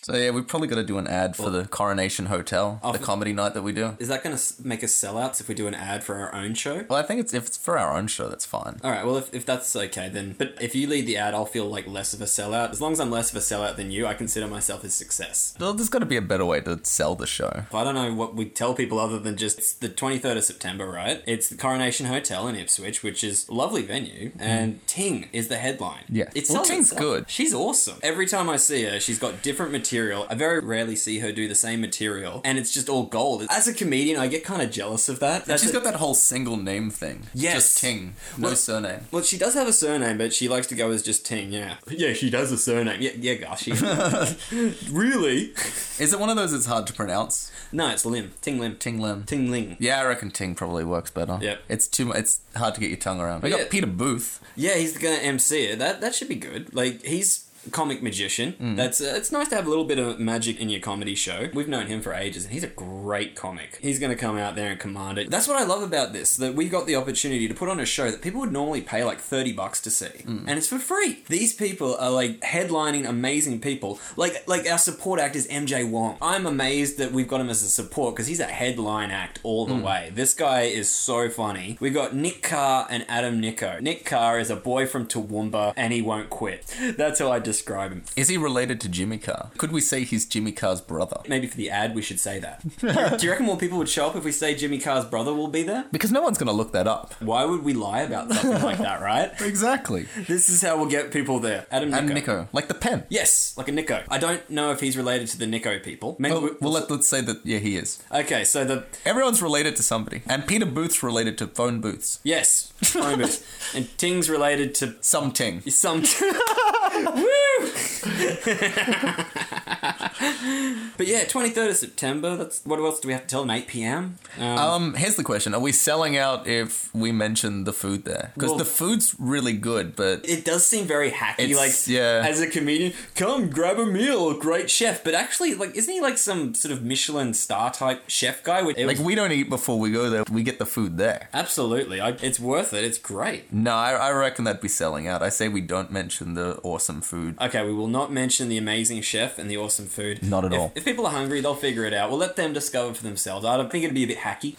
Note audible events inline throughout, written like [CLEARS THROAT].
So yeah, we've probably got to do an ad for the Coronation Hotel, the Of- comedy night that we do. Is that going to make us sellouts if we do an ad for our own show? Well, I think it's if it's for our own show, that's fine. All right. Well, if, if that's okay, then. But if you lead the ad, I'll feel like less of a sellout. As long as I'm less of a sellout than you, I consider myself a success. Well, there's got to be a better way to sell the show. If I don't know what we tell people other than just it's the 23rd of September, right? It's the Coronation Hotel in Ipswich, which is a lovely venue, and Ting is the headline. Mm. Yeah. It Well, sells Ting's itself. good. She's awesome. Every time I see her, she's got different material. I very rarely see her do the same material, and it's just all gold. As a comedian, I get kind of jealous of that. And That's she's a- got that whole single name thing. Yes. Just Ting. No surname. Well, she does have a surname, but she likes to go as just Ting, yeah. Yeah, she does a surname. Yeah, yeah, gosh. [LAUGHS] she- really? Is it one of those that's hard to pronounce? No, it's Lim. Ting Lim. Ting Lim. Ting Ling. Yeah, I reckon Ting probably works better. Yep. It's too mu- it's hard to get your tongue around. We Yeah. got Peter Booth. Yeah, he's gonna MC it. That that should be good. Like he's a comic magician. That's uh, it's nice to have a little bit of magic in your comedy show. We've known him for ages, and he's a great comic. He's gonna come out there and command it. That's what I love about this. That we got the opportunity to put on a show that people would normally pay like thirty bucks to see, and it's for free. These people are like headlining amazing people. Like like our support act is MJ Wong. I'm amazed that we've got him as a support because he's a headline act all the way. This guy is so funny. We got Nick Carr and Adam Nico. Nick Carr is a boy from Toowoomba and he won't quit. [LAUGHS] That's how I describe him. Is he related to Jimmy Carr? Could we say he's Jimmy Carr's brother? Maybe for the ad, we should say that. Do you- Do you reckon more people would show up if we say Jimmy Carr's brother will be there? Because no one's going to look that up. Why would we lie about something like that, [LAUGHS] right? Exactly. This is how we'll get people there. Adam Nico. And Nico, like the pen. Yes, like a Nico. I don't know if he's related to the Nico people. Maybe Well, we- well let, let's say that, yeah, he is. okay, so the Everyone's related to somebody. And Peter Booth's related to phone booths. yes, [LAUGHS] phone booth. and Ting's related to Some Ting. [LAUGHS] some. [LAUGHS] but yeah, 23rd of September. That's what else do we have to tell them? 8 p.m. Um, Um, here's the question. Are we selling out if we mention the food there? Because Well- the food's really good, but it does seem very hacky, It's- like yeah. as a comedian, come grab a meal, great chef. But actually, like, isn't he like some sort of Michelin star type chef guy? Which, it like was- we don't eat before we go there. We get the food there. absolutely, I, it's worth it. It's great. No, I, I reckon that'd be selling out. I say we don't mention the awesome food. Okay, we will not mention the amazing chef and the awesome food. Not at If- all. If people are hungry, they'll figure it out. We'll let them discover for themselves. I don't think it'd be a bit hacky.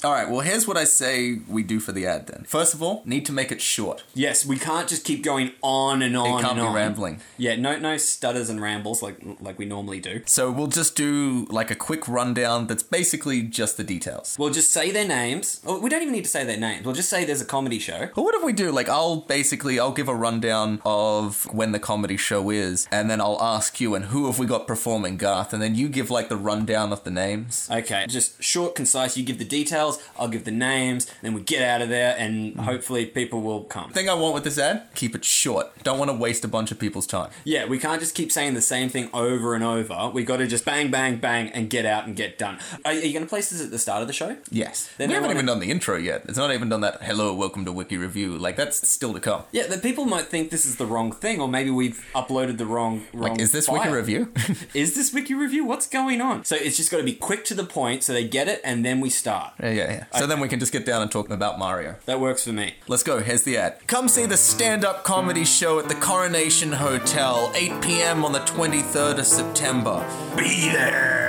[LAUGHS] All right. Well, here's what I say we do for the ad then. First of all, need to make it short. Yes, we can't just keep going on and on It can't and be on. rambling. Yeah, no, no stutters and rambles like like we normally do. So we'll just do like a quick rundown. That's basically just the details. We'll just say their names. Oh, we don't even need to say their names. We'll just say there's a comedy show. But what if we do? Like, I'll basically I'll give a rundown of when the comedy show is, and then I'll ask you and who have we got performing Garth, and then you give like the rundown of the names. Okay, just short, concise. You give the details. I'll give the names. Then we get out of there, Mm-hmm. and hopefully people will come. Thing I want with this ad: keep it short. Don't want to waste a bunch of people's time. Yeah, we can't just keep saying the same thing over and over. We got to just bang, bang, bang, and get out and get done. Are, are you going to place this at the start of the show? Yes. Then we I haven't wanna- even done the intro yet. It's not even done that hello, welcome to Wiki Review. Like that's still to come. Yeah, the people might think this is the wrong thing, or maybe we've uploaded the wrong. wrong Like is this file. Wiki Review? [LAUGHS] Is this wiki review? What's going on? So it's just got to be quick to the point, so they get it, and then we start. yeah, yeah, yeah. So then we can just get down and talk about Mario. That works for me. Let's go. Here's the ad. Come see the stand-up comedy show at the Coronation Hotel, 8 p.m. on the 23rd of September. Be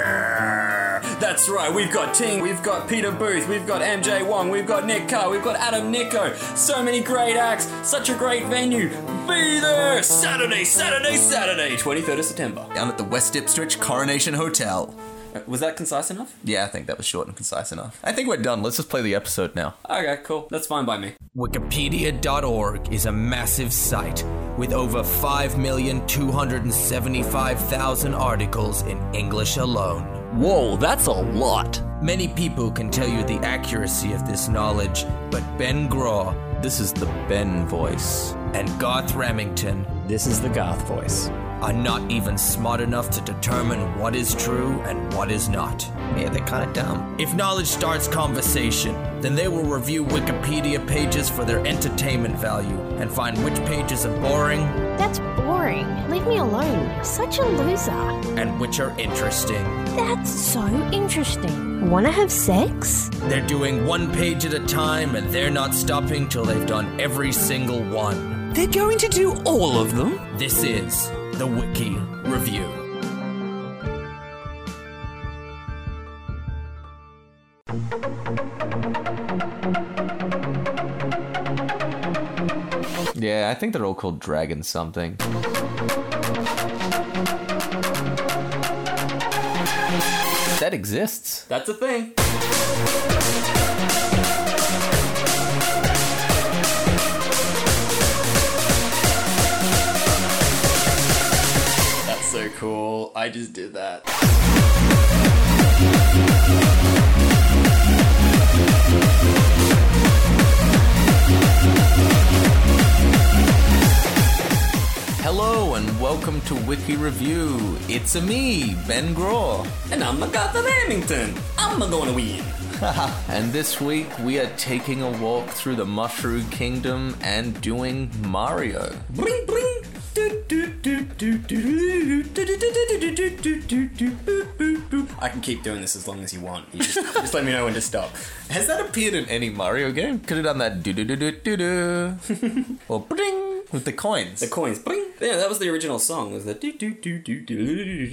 there. That's right. We've got Ting, we've got Peter Booth, we've got MJ Wong, we've got Nick Carr, we've got Adam Nico. So many great acts. Such a great venue. Be there. Saturday, Saturday, Saturday, 23rd of September. Down at the West Ipswich Coronation Hotel. Uh, Was that concise enough? Yeah, I think that was short and concise enough. I think we're done. Let's just play the episode now. Okay, cool. That's fine by me. Wikipedia.org is a massive site with over 5,275,000 articles in English alone. Whoa, that's a lot. Many people can tell you the accuracy of this knowledge, but Ben Graw This is the Ben voice. and Garth Remington This is the Goth voice. are not even smart enough to determine what is true and what is not. Yeah, they're kind of dumb. If knowledge starts conversation, then they will review Wikipedia pages for their entertainment value and find which pages are boring That's boring. Leave me alone. Such a loser. and which are interesting. That's so interesting. Wanna have sex? They're doing one page at a time and they're not stopping till they've done every single one. They're going to do all of them? This is the Wiki Review. Yeah, I think they're all called Dragon something. That exists. That's a thing. That's so cool. I just did that. Hello and welcome to Wiki Review. It's a me, Ben Graw. And I'm MacArthur Remington. I'm a gonna win. And this week we are taking a walk through the Mushroom Kingdom and doing Mario. Bling bling. I can keep doing this as long as you want. You just, just let me know when to stop. Has that appeared in any Mario game? Could have done that do do do do do do. Or bling with the coins. The coins, bling. Yeah, that was the original song. Was the do do do do do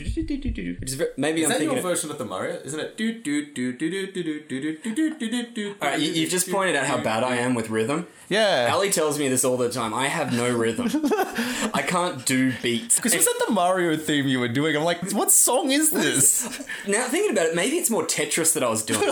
do do It's very, maybe Is I'm that thinking. your of- version of the Mario? Isn't it? Do do do do do do do do do do do do do. All right, you, you've just pointed out how bad I am with rhythm. [LAUGHS] Yeah. Ali tells me this all the time. I have no rhythm. I can't do beats. Because was that the Mario theme you were doing? I'm like, what song is this? Now thinking about it, maybe it's more Tetris that I was doing.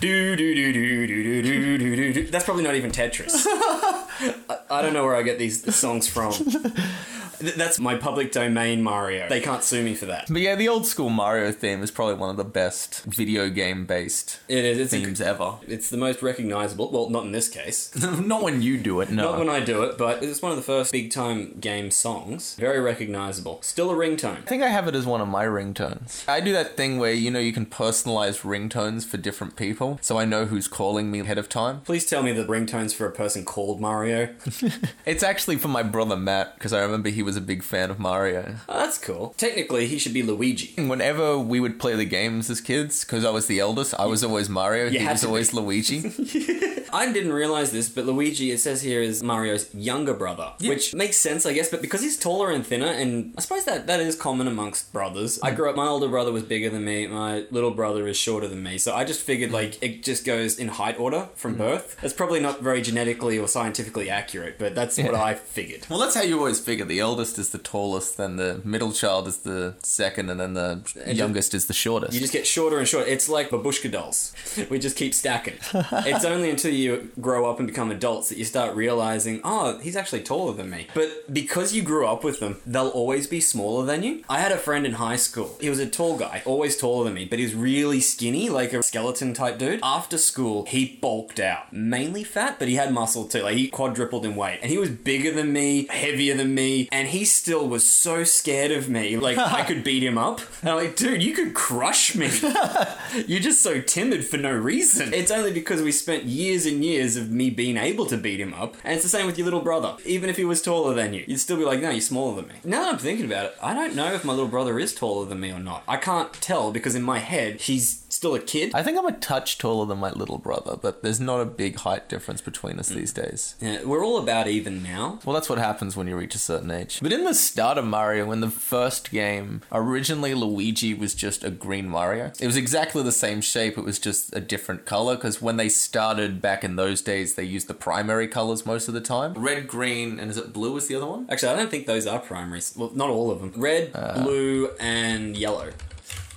do do do do do do do do do. do. That's probably not even Tetris. I, I don't know where I get these songs from. Th- That's my public domain Mario. They can't sue me for that. [LAUGHS] But yeah, the old school Mario theme is probably one of the best video game based It is. It's, themes ever. [LAUGHS] it's the most recognizable. Well, not in this case. Not when you do it, no. Not when I do it, but it's one of the first big time game songs. Very recognizable. Still a ringtone. I think I have it as one of my ringtones. I do that thing where you know you can personalize ringtones for different people, so I know who's calling me ahead of time. Please tell me the ringtones for a person called Mario. It's actually for my brother Matt because I remember he was a big fan of Mario. Oh, that's cool. Technically, he should be Luigi. Whenever we would play the games as kids, because I was the eldest, I was always Mario. He had was to be. [LAUGHS] always Luigi. I didn't realize this, but Luigi, it says here, is Mario's younger brother, which makes sense, I guess. But because he's taller and thinner, and I suppose that that is common amongst brothers. I grew up; my older brother was bigger than me. My little brother is shorter than me, so I just figured like it just goes in height order from birth. That's probably not very genetically or scientifically accurate, but that's what I figured. well, that's how you always figure: the eldest is the tallest, then the middle child is the second, and then the youngest is the shortest. You just get shorter and shorter. It's like babushka dolls. [LAUGHS] We just keep stacking. it's only until you grow up and become adults that you start realizing, oh, he's actually taller than me. But because you grew up with them, they'll always be smaller than you. I had a friend in high school. He was a tall guy, always taller than me, but he was really skinny, like a skeleton type dude. After school, he bulked out, mainly fat, but he had muscle too. Like he quadrupled in weight, and he was bigger than me, heavier than me, and he still was so scared of me. Like I could beat him up. And I'm like, dude, you could crush me. You're just so timid for no reason. It's only because we spent years and years of me being able to beat him up. And it's the same with your little brother. Even if he was taller than you, you'd still be like, no, you're smaller than me. Now that I'm thinking about it, I don't know if my little brother is taller than me or not. I can't tell because in my head, he's still a kid. I think I'm a touch taller than my little brother, but there's not a big height difference between us these days. Yeah, Uh, we're all about even now. Well, that's what happens when you reach a certain age. But in the start of Mario, in the first game, originally Luigi was just a green Mario. It was exactly the same shape, it was just a different color, because when they started back in those days, they used the primary colors most of the time red, green, and is it blue is the other one? Actually, I don't think those are primaries. Well, not all of them. Red, blue, and yellow.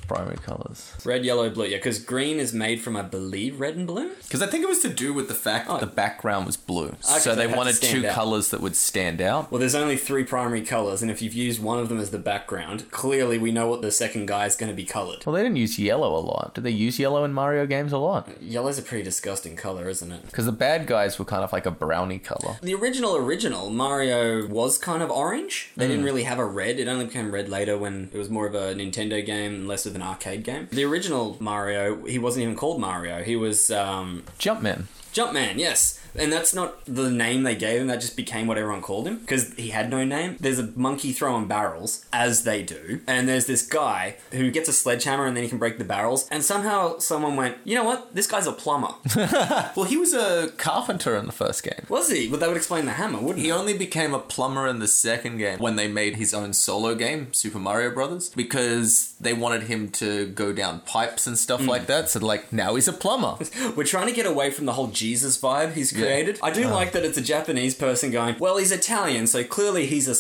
Primary colors. Red, yellow, blue. Yeah, because green is made from, I believe, red and blue. Because I think it was to do with the fact Oh. that the background was blue. so they they had to wanted stand two out. colors that would stand out. Well, there's only three primary colors, and if you've used one of them as the background, clearly we know what the second guy is going to be colored. Well, they didn't use yellow a lot. Did they use yellow in Mario games a lot? Yellow's a pretty disgusting color, isn't it? Because the bad guys were kind of like a brownie color. The original original Mario was kind of orange. They didn't really have a red. It only became red later when it was more of a Nintendo game and less of an arcade game. The original Mario, he wasn't even called Mario. He was um, Jumpman. Jumpman, yes. And that's not the name they gave him, that just became what everyone called him because he had no name. There's a monkey throwing barrels, as they do, and there's this guy who gets a sledgehammer and then he can break the barrels. And somehow someone went, you know what? This guy's a plumber. Well, he was a carpenter in the first game. Was he? But that would explain the hammer, wouldn't He it? only became a plumber in the second game when they made his own solo game, Super Mario Brothers, because they wanted him to go down pipes and stuff like that. So, like, now he's a plumber. We're trying to get away from the whole Jesus vibe he's created. I do like that it's a Japanese person going, well, he's Italian, so clearly he's a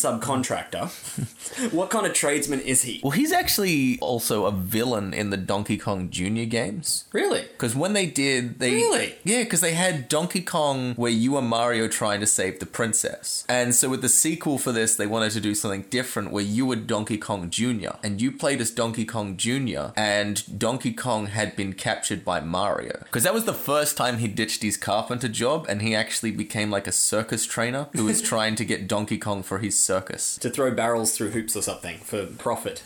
subcontractor. what kind of tradesman is he? Well, he's actually also a villain in the Donkey Kong Jr. games. Really? Because when they did, they Really? yeah, because they had Donkey Kong where you are Mario trying to save the princess, and so with the sequel for this, they wanted to do something different where you were Donkey Kong Jr. and you played as Donkey Kong Jr. and Donkey Kong had been captured by Mario because that was the first time he ditched his carpenter job and he actually became like a circus trainer who [LAUGHS] was trying to get Donkey Kong for his circus. to throw barrels through hoops or something for profit.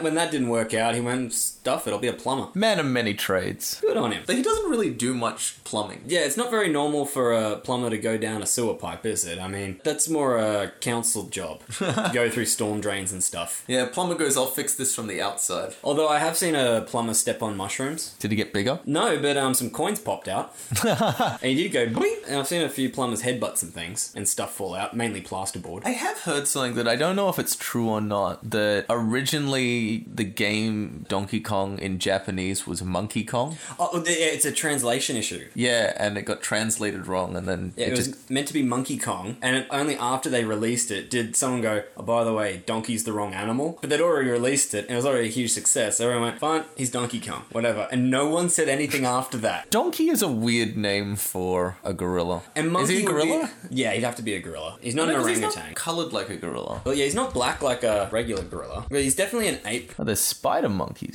[LAUGHS] when that didn't work out, he went, stuff it, I'll be a plumber. Man of many trades. Good on him. But he doesn't really do much plumbing. Yeah, it's not very normal for a plumber to go down a sewer pipe, is it? I mean, that's more a council job. to go through storm drains and stuff. Yeah, plumber goes, I'll fix this from the outside. Although I have seen a plumber step on mushrooms. Did he get bigger? No, but um, some coins popped out. and he did go boing. And I've seen a few plumbers headbutt some things and stuff fall out, mainly plasterboard. I have heard something that I don't know if it's true or not. That originally the game Donkey Kong in Japanese was Monkey Kong. Oh, yeah, it's a translation issue. Yeah, and it got translated wrong, and then Yeah, it, it, was just meant to be Monkey Kong, and it, only after they released it did someone go, oh, by the way, Donkey's the wrong animal. But they'd already released it, and it was already a huge success. So everyone went, fine, he's Donkey Kong, whatever. And no one said [LAUGHS] anything after that. Donkey is a weird name for a gorilla. And Monkey is he a would be- gorilla? yeah, he'd have to be a gorilla. He's not an No, 'cause he's not orangutan. colored like a gorilla. Well, yeah, he's not black like a regular gorilla, but he's definitely an ape. [LAUGHS] Oh, there's spider monkeys.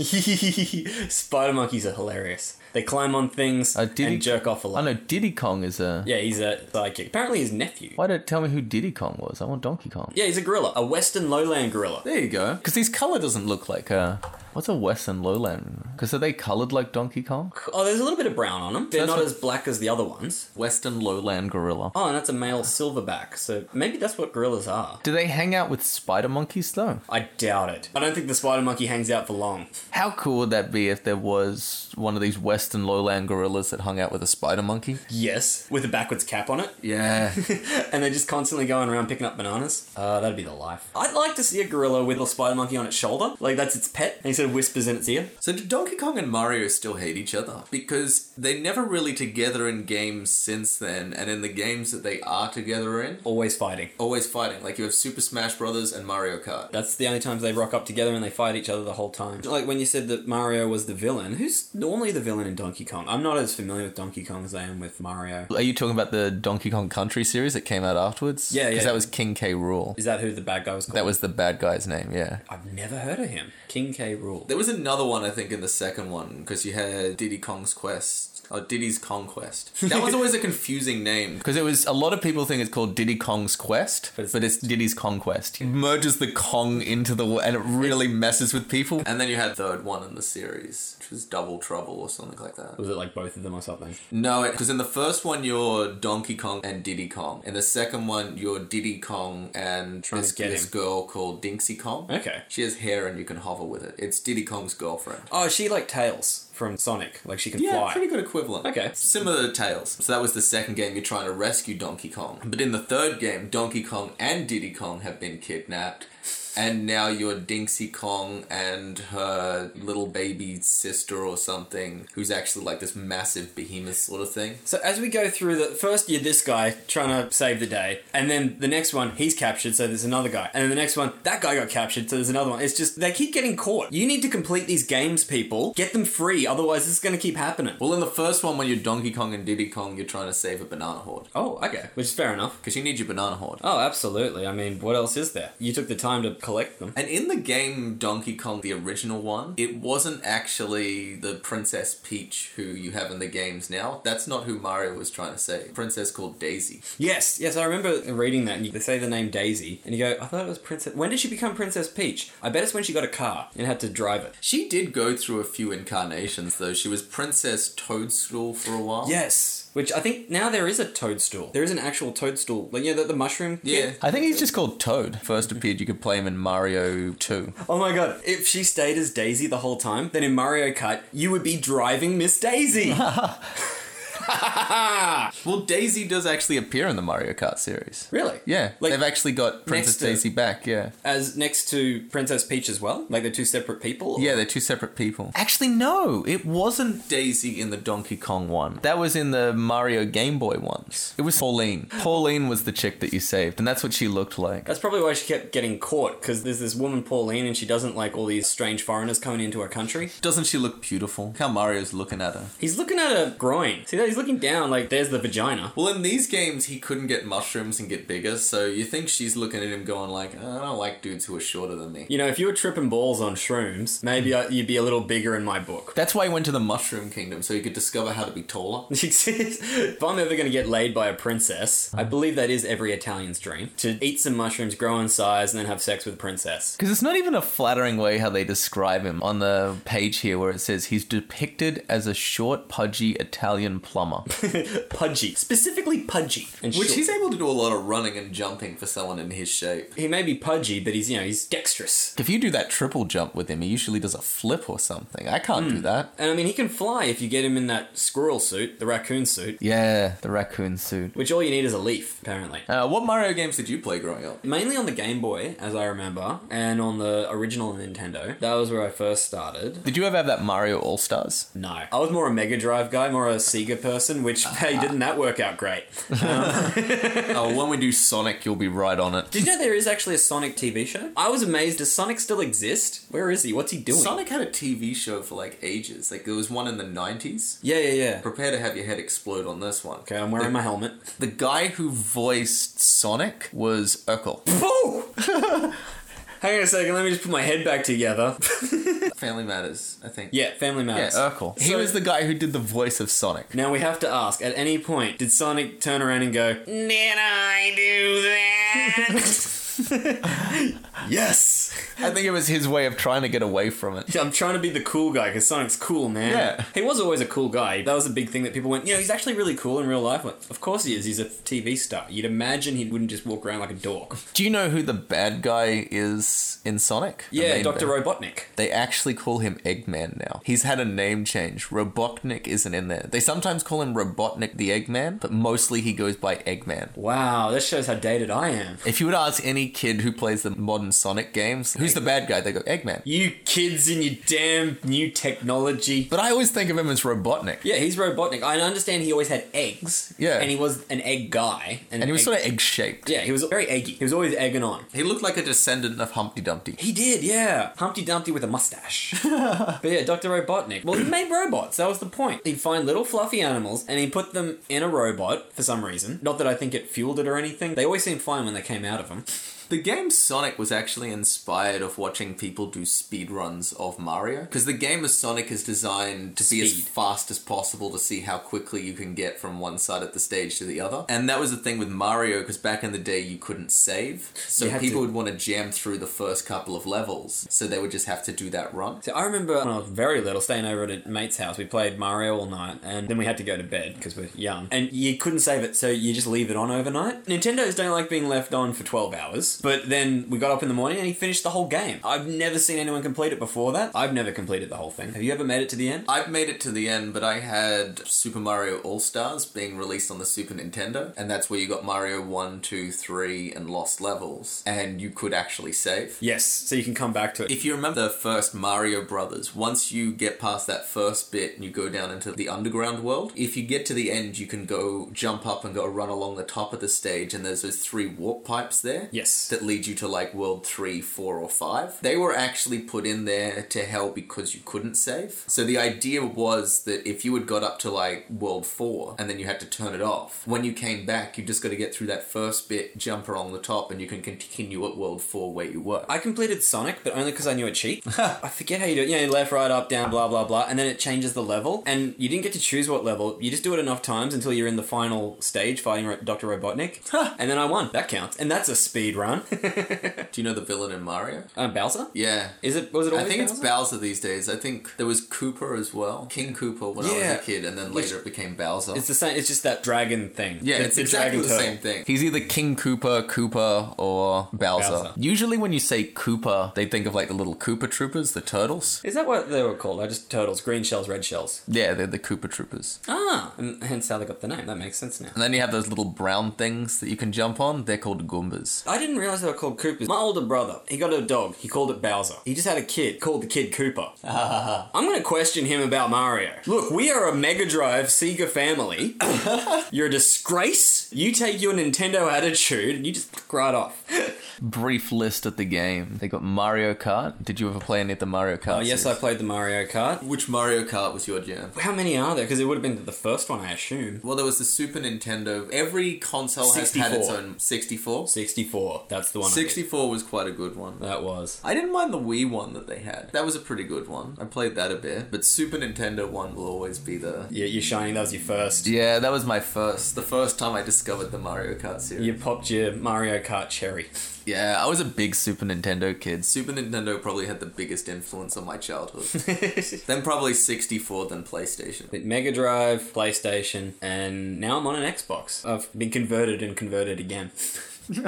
Spider monkeys are hilarious. They climb on things Uh, and Diddy- jerk off a I lot. know Diddy Kong is a. Yeah, he's a sidekick. Apparently, his nephew. Why don't tell me who Diddy Kong was? I want Donkey Kong. Yeah, he's a gorilla, a Western lowland gorilla. There you go. Because his color doesn't look like a. What's a Western Lowland? Because are they colored like Donkey Kong? Oh, there's a little bit of brown on them. They're That's not what- as black as the other ones. Western Lowland gorilla. Oh, and that's a male silverback, so maybe that's what gorillas are. Do they hang out with spider monkeys though? I doubt it. I don't think the spider monkey hangs out for long. How cool would that be if there was one of these Western lowland gorillas that hung out with a spider monkey? Yes. With a backwards cap on it, [LAUGHS] Yeah. [LAUGHS] and they're just constantly going around picking up bananas. Uh, that'd be the life. I'd like to see a gorilla with a spider monkey on its shoulder. Like, that's its pet, and he sort of whispers in its ear. so do Donkey Kong and Mario still hate each other? Because they're never really together in games since then, and in the games that they are together in, Always fighting. always fighting. Like you have Super Smash Brothers and Mario Kart. That's the only times they rock up together and they fight each other the whole time. Like when you said that Mario was the villain, who's normally the villain in Donkey Kong? I'm not as familiar with Donkey Kong as I am with Mario. Are you talking about the Donkey Kong Country series that came out afterwards? Yeah, yeah. Because that was King K. Rule. Is that who the bad guy was called? That was the bad guy's name, yeah. I've never heard of him. King K. Rule. There was another one, I think, in the second one because you had Diddy Kong's Quest or Diddy's Conquest. That was always a confusing name because it was a lot of people think it's called Diddy Kong's Quest, but But it's, it's- Diddy's Conquest. It merges the Kong into the and it really messes with people. And then you had third one in the series, which was Double Trouble or something like that. Was it like both of them or something? No, because in the first one you're Donkey Kong and Diddy Kong, in the second one you're Diddy Kong and Trying to this, get this him. girl called Dinksy Kong. Okay. She has hair and you can hover with it. It's Diddy Kong's girlfriend. Oh, she like Tails from Sonic. Like she can Yeah, fly. pretty good equivalent. Okay. Similar to Tails. So that was the second game you're trying to rescue Donkey Kong. But in the third game, Donkey Kong and Diddy Kong have been kidnapped. And now you're Dinksy Kong and her little baby sister or something, who's actually like this massive behemoth sort of thing. So as we go through the first, you're this guy trying to save the day, and then the next one he's captured, so there's another guy, and then the next one that guy got captured, so there's another one. It's just they keep getting caught. You need to complete these games, people. Get them free, otherwise this is going to keep happening. Well, in the first one, when you're Donkey Kong and Diddy Kong, you're trying to save a banana horde. Oh, okay, which is fair enough. Because you need your banana horde. Oh, absolutely. I mean, what else is there? You took the time to collect them. And in the game Donkey Kong, the original one, it wasn't actually the Princess Peach who you have in the games now. That's not who Mario was trying to say. Princess called Daisy. Yes, yes, I remember reading that. And you, they say the name Daisy, and you go, I thought it was Princess. When did she become Princess Peach? I bet it's when she got a car and had to drive it. She did go through a few incarnations though. She was Princess Toadstool for a while. Yes. Which I think now there is a toadstool. There is an actual toadstool. Like, yeah, the, the mushroom. kid. I think he's just called Toad. First appeared, you could play him in Mario 2. Oh my god. If she stayed as Daisy the whole time, then in Mario Kart, you would be driving Miss Daisy. [LAUGHS] Well, Daisy does actually appear in the Mario Kart series. really? Yeah, Like, they've actually got Princess next to- Daisy back, yeah. as next to Princess Peach as well? Like, they're two separate people? Yeah, they're two separate people. Actually, no, it wasn't Daisy in the Donkey Kong one. That was in the Mario Game Boy ones. It was Pauline. Pauline was the chick that you saved, and that's what she looked like. That's probably why she kept getting caught, because there's this woman, Pauline, and she doesn't like all these strange foreigners coming into her country. Doesn't she look beautiful? Look How Mario's looking at her. He's looking at her groin. See that? He's looking down, like, there's the vagina. Well, in these games, he couldn't get mushrooms and get bigger, so you think she's looking at him going like, "I don't like dudes who are shorter than me." You know, if you were tripping balls on shrooms, maybe I, you'd be a little bigger in my book. [LAUGHS] That's why he went to the Mushroom Kingdom, so he could discover how to be taller. if I'm ever going to get laid by a princess, I believe that is every Italian's dream to eat some mushrooms, grow in size, and then have sex with a princess. Because it's not even a flattering way how they describe him on the page here, where it says he's depicted as a short, pudgy Italian [LAUGHS] plumber, Pudgy. Specifically pudgy. And short. able to do a lot of running and jumping for someone in his shape. He may be pudgy, but he's, you know, he's dexterous. If you do that triple jump with him, he usually does a flip or something. I can't do that. And I mean, he can fly if you get him in that squirrel suit, the raccoon suit, Yeah, the raccoon suit. which all you need is a leaf, apparently. Uh, what Mario games did you play growing up? Mainly on the Game Boy, as I remember, and on the original Nintendo. That was where I first started. Did you ever have that Mario All Stars? No. I was more a Mega Drive guy, more a Sega person, [LAUGHS] which, hey, didn't that work out great? [LAUGHS] oh, when we do Sonic, you'll be right on it. Did you know there is actually a Sonic TV show? I was amazed. Does Sonic still exist? Where is he? What's he doing? Sonic had a TV show for like ages. Like there was one in the nineties. Yeah, yeah, yeah. Prepare to have your head explode on this one. Okay, I'm wearing my helmet. [LAUGHS] The guy who voiced Sonic was [LAUGHS] Urkel. Whoa! Hang on a second, let me just put my head back [LAUGHS] together. Family Matters, I think. yeah, Family Yeah, Matters. Urkel. he So- was the guy who did the voice of Sonic. Now we have to ask, at any point, did Sonic turn around and go, Did I do that? yes! I think it was his way of trying to get away from it. I'm trying to be the cool guy because Sonic's cool, man. Yeah. He was always a cool guy. That was a big thing that people went, you know, he's actually really cool in real life. I'm Like, of course he is. He's a TV star. You'd imagine he wouldn't just walk around like a dork. Do you know who the bad guy is in Sonic? The Yeah, main Dr. bad- Robotnik. They actually call him Eggman now. He's had a name change. Robotnik isn't in there. They sometimes call him Robotnik the Eggman, but mostly he goes by Eggman. Wow, that shows how dated I am. If you would ask any kid who plays the modern Sonic games, who's the bad guy, they go Eggman. You kids and your damn new technology. But I always think of him as Robotnik. Yeah, he's Robotnik. I understand he always had eggs. Yeah. And he was an egg guy. And he was egg- sort of egg shaped. Yeah, he was very eggy. He was always egging on. He looked like a descendant of Humpty Dumpty. He did, yeah. Humpty Dumpty with a [LAUGHS] mustache. but yeah, Dr. Robotnik. Well, he made robots. That was the point. He'd find little fluffy animals and he'd put them in a robot for some reason. Not that I think it fueled it or anything. They always seemed fine when they came out of him. The game Sonic was actually inspired of watching people do speedruns of Mario. Because the game of Sonic is designed to be as Speed. fast as possible to see how quickly you can get from one side of the stage to the other. And that was the thing with Mario, because back in the day you couldn't save. So You had people to- would want to jam through the first couple of levels. So they would just have to do that run. So I remember when I was very little, staying over at a mate's house. We played Mario all night, and then we had to go to bed because we're young. And you couldn't save it, so you just leave it on overnight. Nintendos don't like being left on for 12 hours. But then we got up in the morning and he finished the whole game. I've never seen anyone complete it before that. I've never completed the whole thing. Have you ever made it to the end? I've made it to the end, but I had Super Mario All Stars being released on the Super Nintendo, and that's where you got Mario 1, 2, 3, and Lost Levels, and you could actually save. Yes, so you can come back to it. If you remember the first Mario Brothers, once you get past that first bit and you go down into the underground world, if you get to the end, you can go jump up and go run along the top of the stage, and there's those three warp pipes there Yes. that lead you to like world three, four, or five. They were actually put in there to help because you couldn't save. So the idea was that if you had got up to like world four and then you had to turn it off, when you came back, you just got to get through that first bit, jump along the top, and you can continue at world four where you were. I completed Sonic, but only because I knew a [LAUGHS] cheat. I forget how you do it. You know, left, right, up, down, blah, blah, blah, and then it changes the level. And you didn't get to choose what level. You just do it enough [LAUGHS] times until you're in the final stage fighting Ro- Dr. Robotnik. and then I won. That counts. And that's a speed run. run. [LAUGHS] Do you know the villain in Mario? uh, Bowser? Yeah. Is it? Was it? I Always think it's Bowser? Bowser these days. I think there was Cooper as well. King Cooper when I Yeah. was a kid, and then Which- later it became Bowser. It's the same. It's just that dragon thing. yeah, The- it's the exactly the dragon turtle. same thing. He's either King Cooper, Cooper, or Bowser. Bowser. Usually, when you say Cooper, they think of like the little Cooper Troopers, the turtles. Is that what they were called? I just turtles, green shells, red shells. Yeah, they're the Cooper Troopers. Ah, and hence how they got the name. That makes sense now. And then you have those little brown things that you can jump on. They're called Goombas. I didn't realize they were called Coopers. My older brother, he got a dog. He called it Bowser. He just had a kid called the kid Cooper. [LAUGHS] I'm going to question him about Mario. Look, we are a Mega Drive Sega [LAUGHS] family. You're a disgrace. You take your Nintendo attitude and you just fuck right off. Brief list of the game. They got Mario Kart. Did you ever play any of the Mario [LAUGHS] Kart? Oh, yes, I series? played the Mario Kart. Which Mario Kart was your jam? How many are there? Because it would have been the first one, I assume. Well, there was the Super Nintendo. Every console has had 64. its own 64. 64. That's the one. I did. 64 was quite a good one. That was. I didn't mind the Wii one that they had. That was a pretty good one. I played that a bit, but Super Nintendo one will always be the. Yeah, you're shining. That was your first. Yeah, that was my first. The first time I discovered the Mario Kart series. You popped your Mario Kart cherry. [LAUGHS] Yeah, I was a big Super Nintendo kid. Super Nintendo probably had the biggest influence on my [LAUGHS] childhood. then probably 64, then PlayStation. Mega Drive, PlayStation, and now I'm on an Xbox. I've been converted and converted again. [LAUGHS]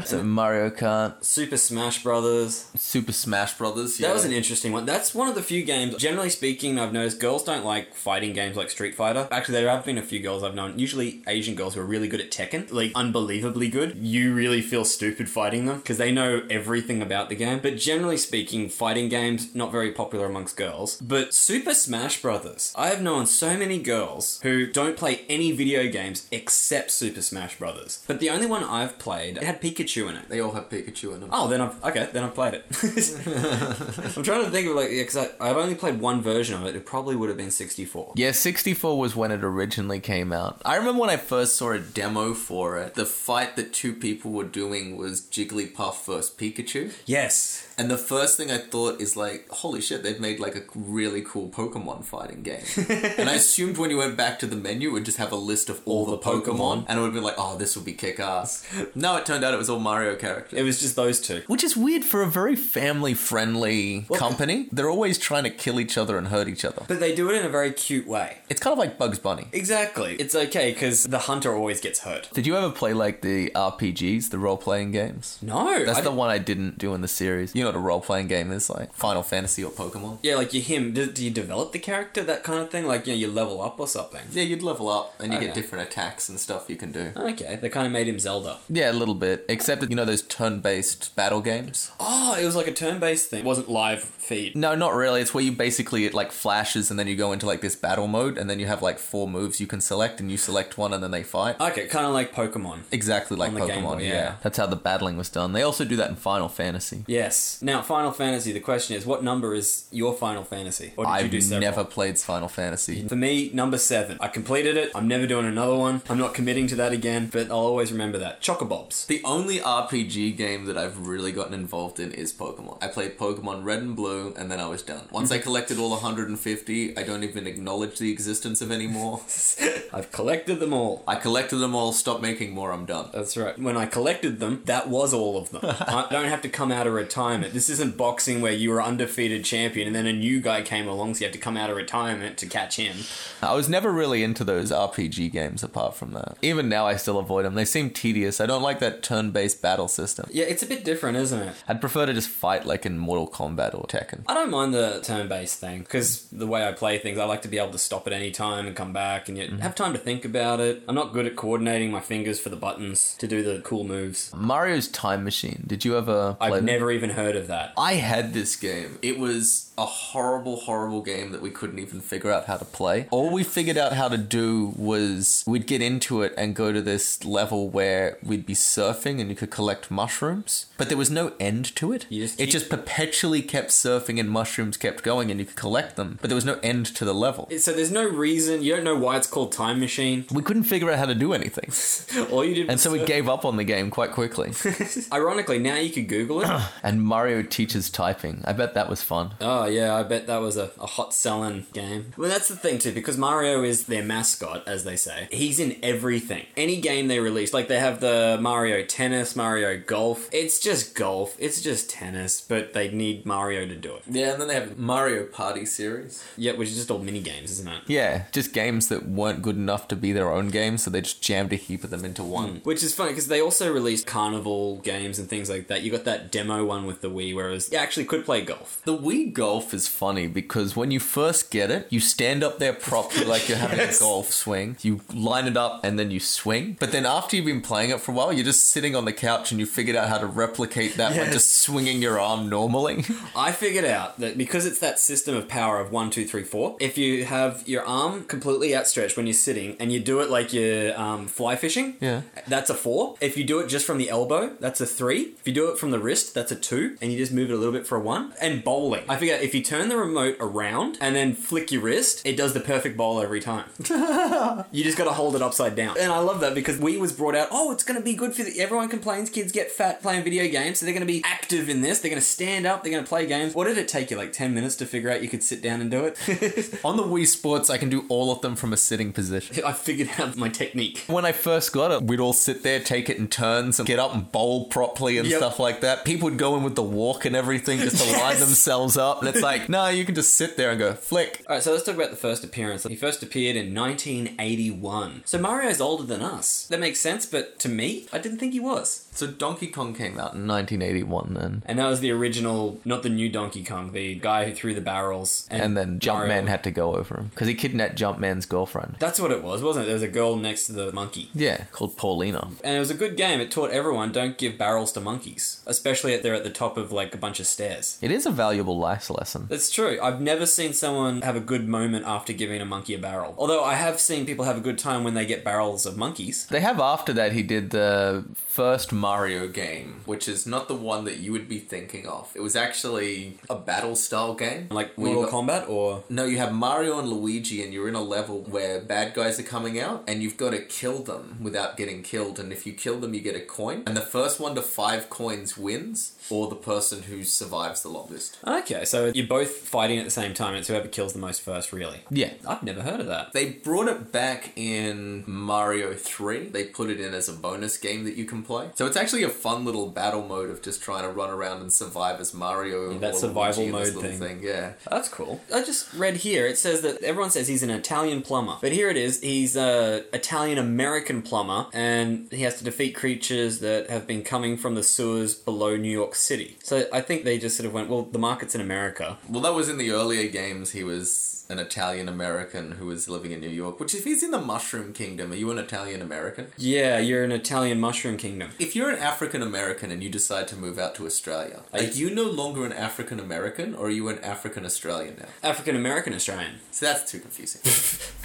So Mario Kart, Super Smash Brothers. Super Smash Brothers. That was an interesting one. That's one of the few games. Generally speaking, I've noticed girls don't like fighting games like Street Fighter. Actually, there have been a few girls I've known, usually Asian girls who are really good at Tekken, like unbelievably good. You really feel stupid fighting them because they know everything about the game. But generally speaking, fighting games not very popular amongst girls. But Super Smash Brothers, I have known so many girls who don't play any video games except Super Smash Brothers. But the only one I've played it had Pikachu in it. They all have Pikachu in them. Oh, then I've okay. Then I've played it. [LAUGHS] I'm trying to think of like because I've only played one version of it. It probably would have been 64. Yeah, 64 was when it originally came out. I remember when I first saw a demo for it, the fight that two people were doing was Jigglypuff versus Pikachu. Yes, And the first thing I thought is like, holy shit, they've made like a really cool Pokemon fighting [LAUGHS] game. and I assumed when you went back to the menu, it would just have a list of all, the, the Pokemon, Pokemon. and it would be like, oh, this will be kick [LAUGHS] ass. no, it turned out it was all Mario characters. it was just those two. Which is weird for a very family friendly company. They're always trying to kill each other and hurt each other. But they do it in a very cute way. It's kind of like Bugs Bunny. Exactly. It's okay because the hunter always gets hurt. Did you ever play like the RPGs, the role playing games? No, That's I the didn't- one I didn't do in the series. You know what a role playing game is like? Final Fantasy or Pokemon? Yeah, like you're him. Do, do you develop the character? That kind of thing. Like you know, you level up or something. Yeah, you'd level up and you get Okay. different attacks and stuff you can do. Okay, they kind of made him Zelda. Yeah, a little bit. Except, you know, those turn based battle games? Oh, it was like a turn-based thing. It wasn't live feed. No, not really. It's where you basically, it like flashes and then you go into like this battle mode and then you have like four moves you can select and you select one and then they fight. Okay, kind of like Pokemon. Exactly like On the Game Pokemon, Boy, yeah. yeah. That's how the battling was done. They also do that in Final Fantasy. Yes. Now, Final Fantasy. The question is, what number is your Final Fantasy? Or did you I've do several? never played Final Fantasy. For me, number seven. I completed it. I'm never doing another one. I'm not committing to that again, but I'll always remember that. Chocobobs. The only RPG game that I've really gotten involved in is Pokemon. I played Pokemon Red and Blue, and then I was done. Once I collected all 150, I don't even acknowledge the existence of any [LAUGHS] more. I've collected them all. I collected them all, stop making more, I'm done. That's right. When I collected them, that was all of them. I don't have to come out of retirement. This isn't boxing where you were undefeated champion and then a new guy came along, so you have to come out of retirement to catch him. I was never really into those RPG games apart from that. Even now, I still avoid them. They seem tedious. I don't like that turn based battle system. Yeah, it's a bit different, isn't it? I'd prefer to just fight like in Mortal Kombat or Tekken. I don't mind the turn based thing because the way I play things, I like to be able to stop at any time and come back and yet have time to think about it. I'm not good at coordinating my fingers for the buttons to do the cool moves. Mario's Time Machine. Did you ever play I've that? never even heard of that. I had this game. It was a horrible, horrible game that we couldn't even figure out how to play. All we figured out how to do was we'd get into it and go to this level where we'd be surfing and you could collect mushrooms, but there was no end to it. You just it keep- just perpetually kept surfing and mushrooms kept going and you could collect them, but there was no end to the level. So there's no reason, you don't know why it's called Time Machine. [LAUGHS] We couldn't figure out how to do [LAUGHS] anything. All you did And so we gave up on the game quite [LAUGHS] quickly. [CLEARS THROAT] Ironically, now you could Google it. And Mario teaches typing. I bet that was fun. oh, Oh yeah, I bet that was a, a hot selling game. Well, that's the thing too, because Mario is their mascot, as they say. He's in everything. Any game they release, like they have the Mario Tennis, Mario Golf. It's just golf. It's just tennis, but they need Mario to do it. Yeah, and then they have Mario Party series. Yeah, which is just all mini games, isn't it? Yeah, just games that weren't good enough to be their own games, so they just jammed a heap of them into one. Hmm. Which is funny because they also released carnival games and things like that. You got that demo one with the Wii, whereas you actually could play golf. The Wii Golf is funny because when you first get it, you stand up there properly like you're having a golf swing. You line it up and then you swing. But then after you've been playing it for a while, you're just sitting on the couch and you figured out how to replicate that by Yes. just swinging your arm normally. I figured out that because it's that system of power of one, two, three, four. If you have your arm completely outstretched when you're sitting and you do it like you're um, fly fishing, Yeah. that's a four. If you do it just from the elbow, that's a three. If you do it from the wrist, that's a two, and you just move it a little bit for a one. And bowling, I figured if you turn the remote around and then flick your wrist, it does the perfect bowl every time. You just got to hold it upside down. And I love that because Wii was brought out, oh, it's going to be good for the- everyone complains kids get fat playing video games, so they're going to be active in this. They're going to stand up, they're going to play games. What did it take you like 10 minutes to figure out you could sit down and do it? [LAUGHS] on the Wii Sports, I can do all of them from a sitting position. I figured out my technique. When I first got it, we'd all sit there, take it in turns, and get up and bowl properly and Yep. stuff like that. People would go in with the walk and everything just to line [LAUGHS] Yes. themselves up. And it's like, no, you can just sit there and go, flick. All right, so let's talk about the first appearance. He first appeared in 1981. So Mario's older than us. That makes sense, but to me, I didn't think he was. So Donkey Kong came out in 1981 then. And that was the original, not the new Donkey Kong, the guy who threw the barrels. And then Jumpman Mario- had to go over him because he kidnapped Jumpman's girlfriend. That's what it was, wasn't it? There was a girl next to the monkey. Yeah, called Paulina. And it was a good game. It taught everyone don't give barrels to monkeys, especially if they're at the top of like a bunch of stairs. It is a valuable life lesson. That's true. I've never seen someone have a good moment after giving a monkey a barrel. Although I have seen people have a good time when they get barrels of monkeys. They have after that, he did the first Mario game, which is not the one that you would be thinking of. It was actually a battle style game. Like where you Mortal got- Kombat or. No, you have Mario and Luigi, and you're in a level where bad guys are coming out, and you've got to kill them without getting killed. And if you kill them, you get a coin. And the first one to five coins wins, or the person who survives the longest. Okay, so you're both fighting at the same time. It's whoever kills the most first, really. Yeah. I've never heard of that. Uh, They brought it back in Mario 3. They put it in as a bonus game that you can play. So it's actually a fun little battle mode of just trying to run around and survive as Mario. that or survival Luigi in this mode little thing. Yeah. That's cool. I just read here. It says that everyone says he's an Italian plumber, but here it is. He's a Italian American plumber, and he has to defeat creatures that have been coming from the sewers below New York City. So I think they just sort of went, well, the market's in America. Well, that was in the earlier games. He was an Italian American who was living in New York. Which, if he's in the Mushroom Kingdom, are you an Italian American? Yeah, you're an Italian mushroom kingdom. If you're an African American and you decide to move out to Australia, are you no longer an African American or are you an African Australian now? African American Australian. [LAUGHS] So that's too confusing. [LAUGHS]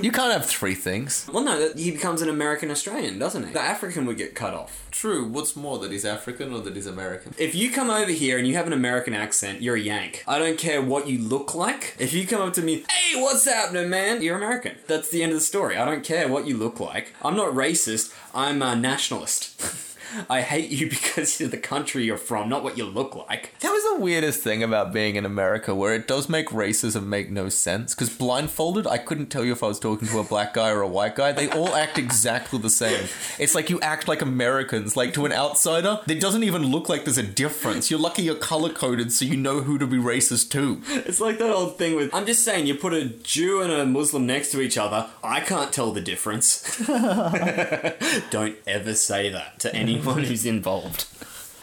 you can't have three things. well, no, that- he becomes an American Australian, doesn't he? The African would get cut off. True. What's more, that he's African or that he's American? If you come over here and you have an American accent, you're a Yank. I don't care what you look like. If you come up to me, hey, what's happening, man? You're American. That's the end of the story. I don't care what you look like. I'm not racist, I'm a nationalist. [LAUGHS] I hate you [LAUGHS] because you're the country you're from, not what you look like. [LAUGHS] That was the weirdest thing about being in America, where it does make racism make no sense. Because blindfolded, I couldn't tell you if I was talking to a black guy or a white guy. They all act exactly the same. It's like you act like Americans. Like to an outsider, it doesn't even look like there's a difference. You're lucky you're color coded, so you know who to be racist to. It's like that old thing with I'm just saying, you put a Jew and a Muslim next to each other, I can't tell the difference. [LAUGHS] don't ever say that to anyone who's involved.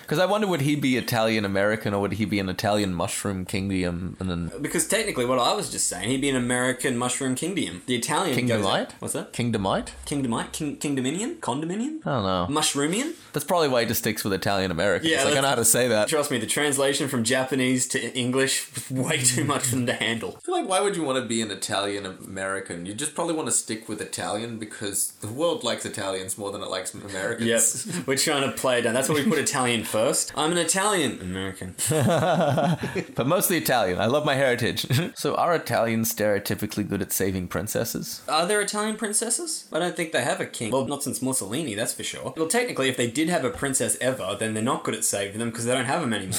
Because I wonder, would he be Italian American or would he be an Italian Mushroom Kingdom? And then Because technically, what I was just saying, he'd be an American mushroom kingdom. The Italian goes- Kingdomite? What's that? Kingdomite? Kingdomite? King, Kingdominion? Condominion? I don't know. Mushroomian? That's probably why he just sticks with Italian Americans. Yeah, like, I don't know that's- how to say that. Trust me, the translation from Japanese to English [LAUGHS] was way too much for them to handle. feel like why would you want to be an Italian American? You just probably want to stick with Italian because the world likes Italians more than it likes Americans. [LAUGHS] Yes, we're trying to play it down. That's why we put Italian first. I'm an Italian American. But mostly Italian. I love my heritage. [LAUGHS] so are Italians stereotypically good at saving princesses? Are there Italian princesses? I don't think they have a king. Well, not since Mussolini, that's for sure. Well, technically, if they did have a princess ever, then they're not good at saving them because they don't have them [LAUGHS] anymore.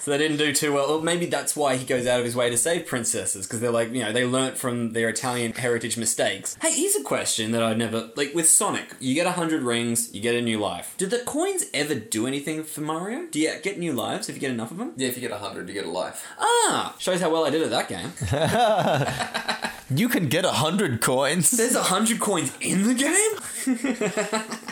so they didn't do too well. Or maybe that's why he goes out of his way to save princesses because they're like, you know, they learnt from their Italian heritage mistakes. Hey, here's a question that I never like with Sonic. You get a hundred rings, you get a new life. Do the coins ever do anything for Mario? Do you get new lives if you get enough of them? Yeah, if you get 100, you get a life. Ah, shows how well I did at that [LAUGHS] game. You can get 100 [LAUGHS] coins. There's a hundred coins in the game.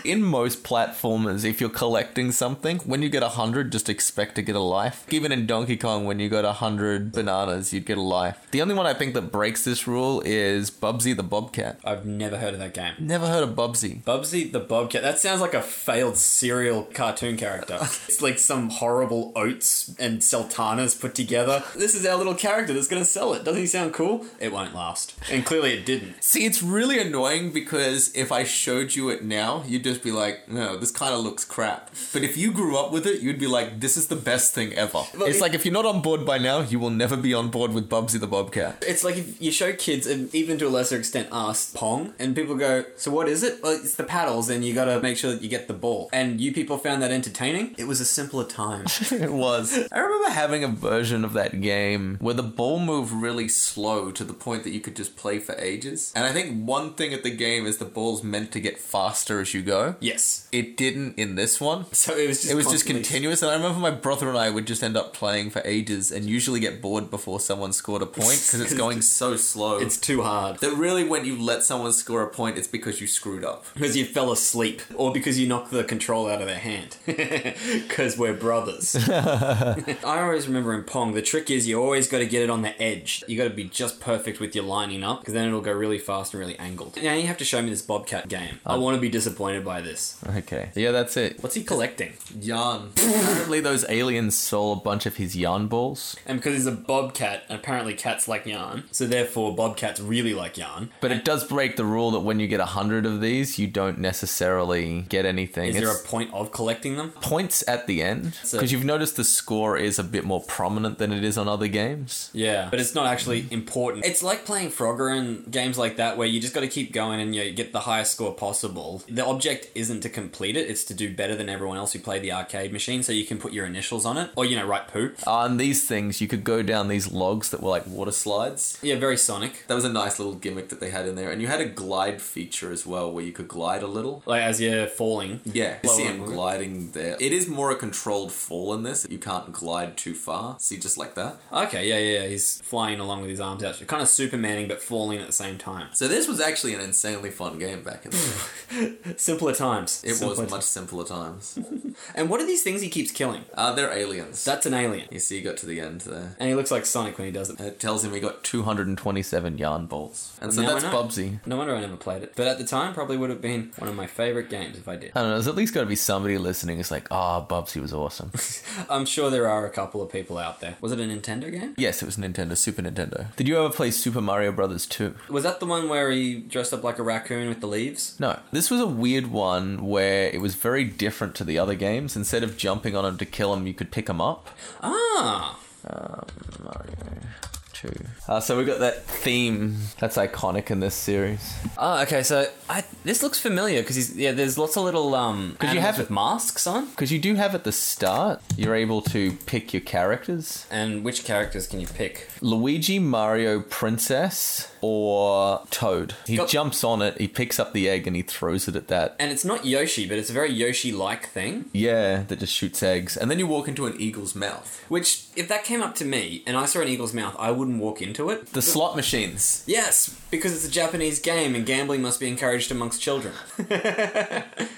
In most platformers, if you're collecting something, when you get 100, just expect to get a life. Even in Donkey Kong, when you got 100 bananas, you'd get a life. The only one I think that breaks this rule is Bubsy the Bobcat. I've never heard of that game. Never heard of Bubsy. Bubsy the Bobcat. That sounds like a failed serial cartoon [LAUGHS] character. it's like some horrible oats and sultanas put together. This is our little character that's going to sell it. Doesn't he sound cool? It won't last. And clearly it didn't. See, it's really annoying because if I showed you it now, you'd just be like, no, this kind of looks crap. But if you grew up with it, you'd be like, this is the best thing ever. Well, it's it- like if you're not on board by now, you will never be on board with Bubsy [LAUGHS] the Bobcat. It's like if you show kids, and even to a lesser extent us, Pong, and people go, So what is it? Well, it's the paddles, and you gotta make sure that you get the ball. And you people found that entertaining? It was a simpler [LAUGHS] time. It was. I remember having a version of that game where the ball moved really slow to the point that you could just play for ages. And I think one thing at the game is the ball's meant to get faster as you go. yes. It didn't in this one. So it was just it was just constantly- continuous and i remember my brother and i would just end up playing for ages and usually get bored before someone scored a point because it's going so slow It's too hard. that really when you let someone score a point it's because you screwed up Because you fell asleep, or because you knocked the control out of their hand. [LAUGHS] Because we're [LAUGHS] brothers. [LAUGHS] I always remember in Pong, the trick is you always got to get it on the edge. You got to be just perfect with your lining up, because then it'll go really fast and really angled. Now you have to show me this Bobcat game. Oh. I want to be disappointed by this. okay yeah that's it What's he collecting? yarn apparently those aliens stole a bunch of his yarn balls And because he's a Bobcat, and apparently cats like yarn, so therefore Bobcats really like yarn. but it does break the rule that when you get a hundred of these you don't necessarily get anything Is there It's- a point of collecting them? points at the end So- because you've noticed the score is a bit more prominent than it is on other games Yeah. But it's not actually important. It's like playing Frogger and games like that where you just got to keep going and you know, get the highest score possible. The object isn't to complete it, it's to do better than everyone else who played the arcade machine so you can put your initials on it or, you know, write poo. on these things you could go down these logs that were like water slides Yeah, very Sonic. That was a nice little gimmick that they had in there. And you had a glide feature as well where you could glide a little. Like as you're falling. Yeah, you Well, see I him would. gliding there. It is more a controlled fall in this. You can't glide too far. See, just like that. Okay, yeah, yeah, yeah. He's flying along with his arms out. Kind of Supermaning but falling at the same time. So this was actually an insanely fun game back in the day. Simpler times. It Simpler was ti- much simpler times. And what are these things he keeps killing? Uh, they're aliens. That's an alien. you see, you got to the end there. And he looks like Sonic when he does it. Uh, It tells him he got 227 yarn balls. And so Now I that's know. Bubsy. No wonder I never played it. But at the time, probably would have been one of my favorite games if I did. I don't know, there's at least got to be somebody listening who's like, ah, Bubsy was awesome. I'm sure there are a couple of people out there. Was it a Nintendo game? yes, it was Nintendo, Super Nintendo. Did you ever play Super Mario Brothers 2? Was that the one where he dressed up like a raccoon with the leaves? No, this was a weird one where it was very different to the other games. Instead of jumping on him to kill him, you could pick him up. Ah, Mario Two. Uh, so we got that theme that's iconic in this series. ah, okay. So I this looks familiar because he's yeah. There's lots of little um. Because you you have- have with masks on. Because you do have at the start, you're able to pick your characters: And which characters can you pick? Luigi, Mario, Princess, or Toad. He Got- jumps on it, he picks up the egg, and he throws it at that. And it's not Yoshi, but it's a very Yoshi-like thing. Yeah, that just shoots eggs, and then you walk into an eagle's mouth. Which, if that came up to me and I saw an eagle's mouth, I wouldn't walk into it. The slot machines. Yes, because it's a Japanese game and gambling must be encouraged amongst children.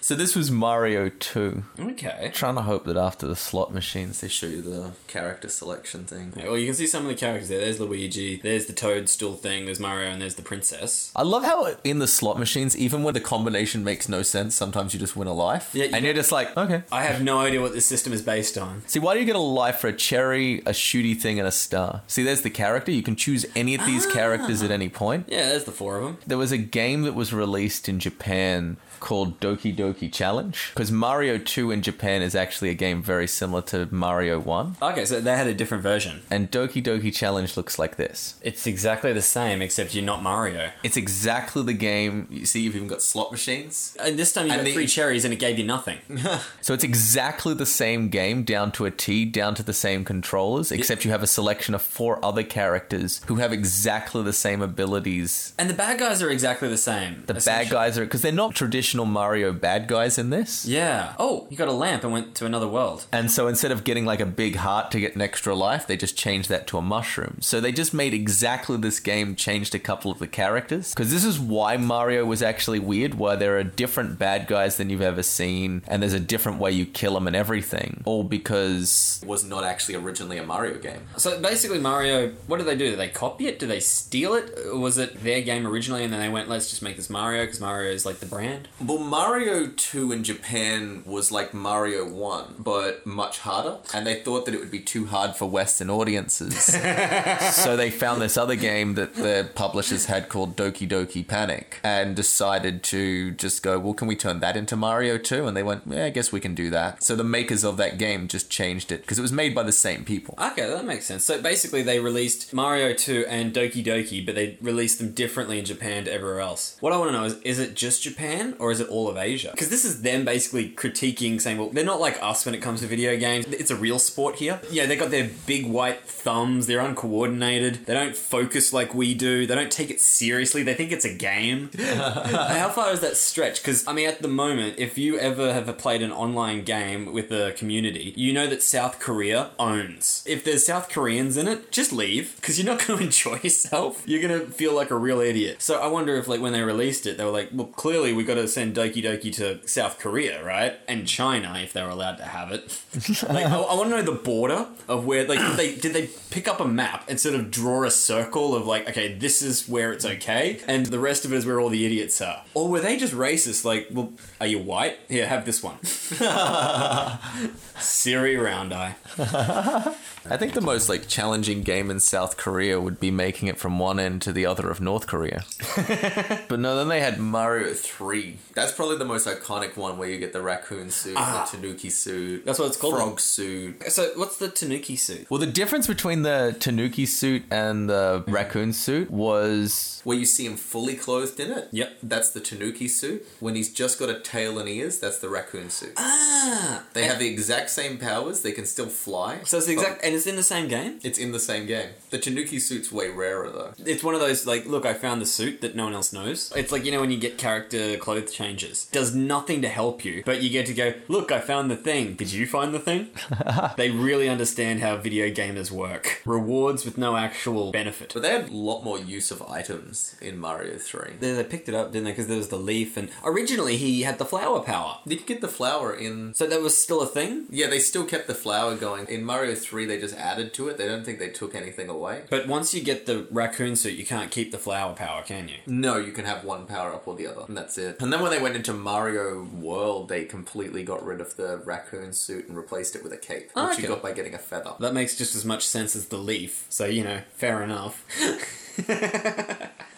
So this was Mario Two. okay. trying to hope that after the slot machines they show you the character selection thing. Yeah, well, you can see some of the characters there. There's Luigi, there's the Toadstool thing, there's Mario, and there's the Princess. I love how in the slot machines, even when the combination makes no sense, sometimes you just win a life. Yeah, you and you're just like, okay. I have no idea what this system is based on. See, why do you get a life for a cherry, a shooty thing, and a star? See, there's the character. You can choose any of these characters at any point. Yeah, there's the four of them. There was a game that was released in Japan called Doki Doki Challenge because Mario 2 in Japan is actually a game very similar to Mario 1. Okay, so they had a different version. And Doki Doki Challenge looks like this. It's exactly the same, except you're not Mario. It's exactly the game. You see, you've even got slot machines. And this time you And got the- three cherries and it gave you [LAUGHS] nothing. So it's exactly the same game down to a T, down to the same controllers, except you have a selection of four other characters who have exactly the same abilities. and the bad guys are exactly the same. The bad guys are because they're not traditional Mario bad guys in this. Yeah. Oh, you got a lamp and went to another world. And so instead of getting like a big heart to get an extra life, they just changed that to a mushroom. So they just made exactly this game, changed a couple of the characters. Because this is why Mario was actually weird, why there are different bad guys than you've ever seen, and there's a different way you kill them and everything. All because it was not actually originally a Mario game. So basically, Mario, what do they do? Do they copy it? Do they steal it? Or was it their game originally and then they went, let's just make this Mario because Mario is like the brand? Well, Mario 2 in Japan was like Mario 1, but much harder. And they thought that it would be too hard for Western audiences. so they found this other game that the publishers had called Doki Doki Panic and decided to just go, well, can we turn that into Mario 2? And they went, yeah, I guess we can do that. So the makers of that game just changed it because it was made by the same people. Okay, that makes sense. So basically, they released Mario 2 and Doki Doki, but they released them differently in Japan to everywhere else. What I want to know is is it just Japan or is it all of Asia? Because this is them basically critiquing, saying, well, they're not like us when it comes to video games. It's a real sport here. Yeah, they got their big white thumbs, they're uncoordinated, they don't focus like we do, they don't take it seriously, they think it's a game. [LAUGHS] How far is that stretch? Because, I mean, at the moment, if you ever have played an online game with a community, you know that South Korea owns. If there's South Koreans in it, just leave, because you're not going to [LAUGHS] enjoy yourself. You're going to feel like a real idiot. So I wonder if, like, when they released it, they were like, well, clearly we got to send Doki Doki to South Korea, right? And China, if they were allowed to have it. [LAUGHS] like, I, I want to know the border of where, like, did they, did they pick up a map and sort of draw a circle of, like, okay, this is where it's okay, and the rest of it is where all the idiots are? Or were they just racist? Like, well, are you white? Here, have this one. Siri round eye. I think the most like challenging game in South Korea would be making it from one end to the other of [LAUGHS] North Korea. but no, then they had Mario 3. That's probably the most iconic one where you get the raccoon suit, the tanuki suit. Ah. That's what it's called. Frog suit. So, what's the Tanuki suit? Well, the difference between the tanuki suit and the raccoon suit was where you see him fully clothed in it. Yep. That's the tanuki suit. When he's just got a tail and ears, that's the raccoon suit. Ah! They have the exact same powers. They can still fly. So it's the exact, and it's in the same game? It's in the same game. The Tanuki suit's way rarer though. It's one of those like, look, I found the suit that no one else knows. It's like you know when you get character clothes changes, does nothing to help you, but you get to go, look, I found the thing. Did you find the thing? they really understand how video gamers work. Rewards with no actual benefit. But they had a lot more use of items in Mario 3. They, they picked it up, didn't they? Because there was the leaf, and originally he had the flower power. Did you get the flower in? So that was still a thing. Yeah, they still kept the flower going. In Mario 3, they just added to it. They don't think they took anything away. But once you get the raccoon suit, you can't keep the flower power, can you? No, you can have one power up or the other, and that's it. And then when they went into Mario World, they completely got rid of the raccoon suit and replaced it with a cape, Oh, which you okay. got by getting a feather. That makes just as much sense as the leaf. So you know, fair enough. [LAUGHS]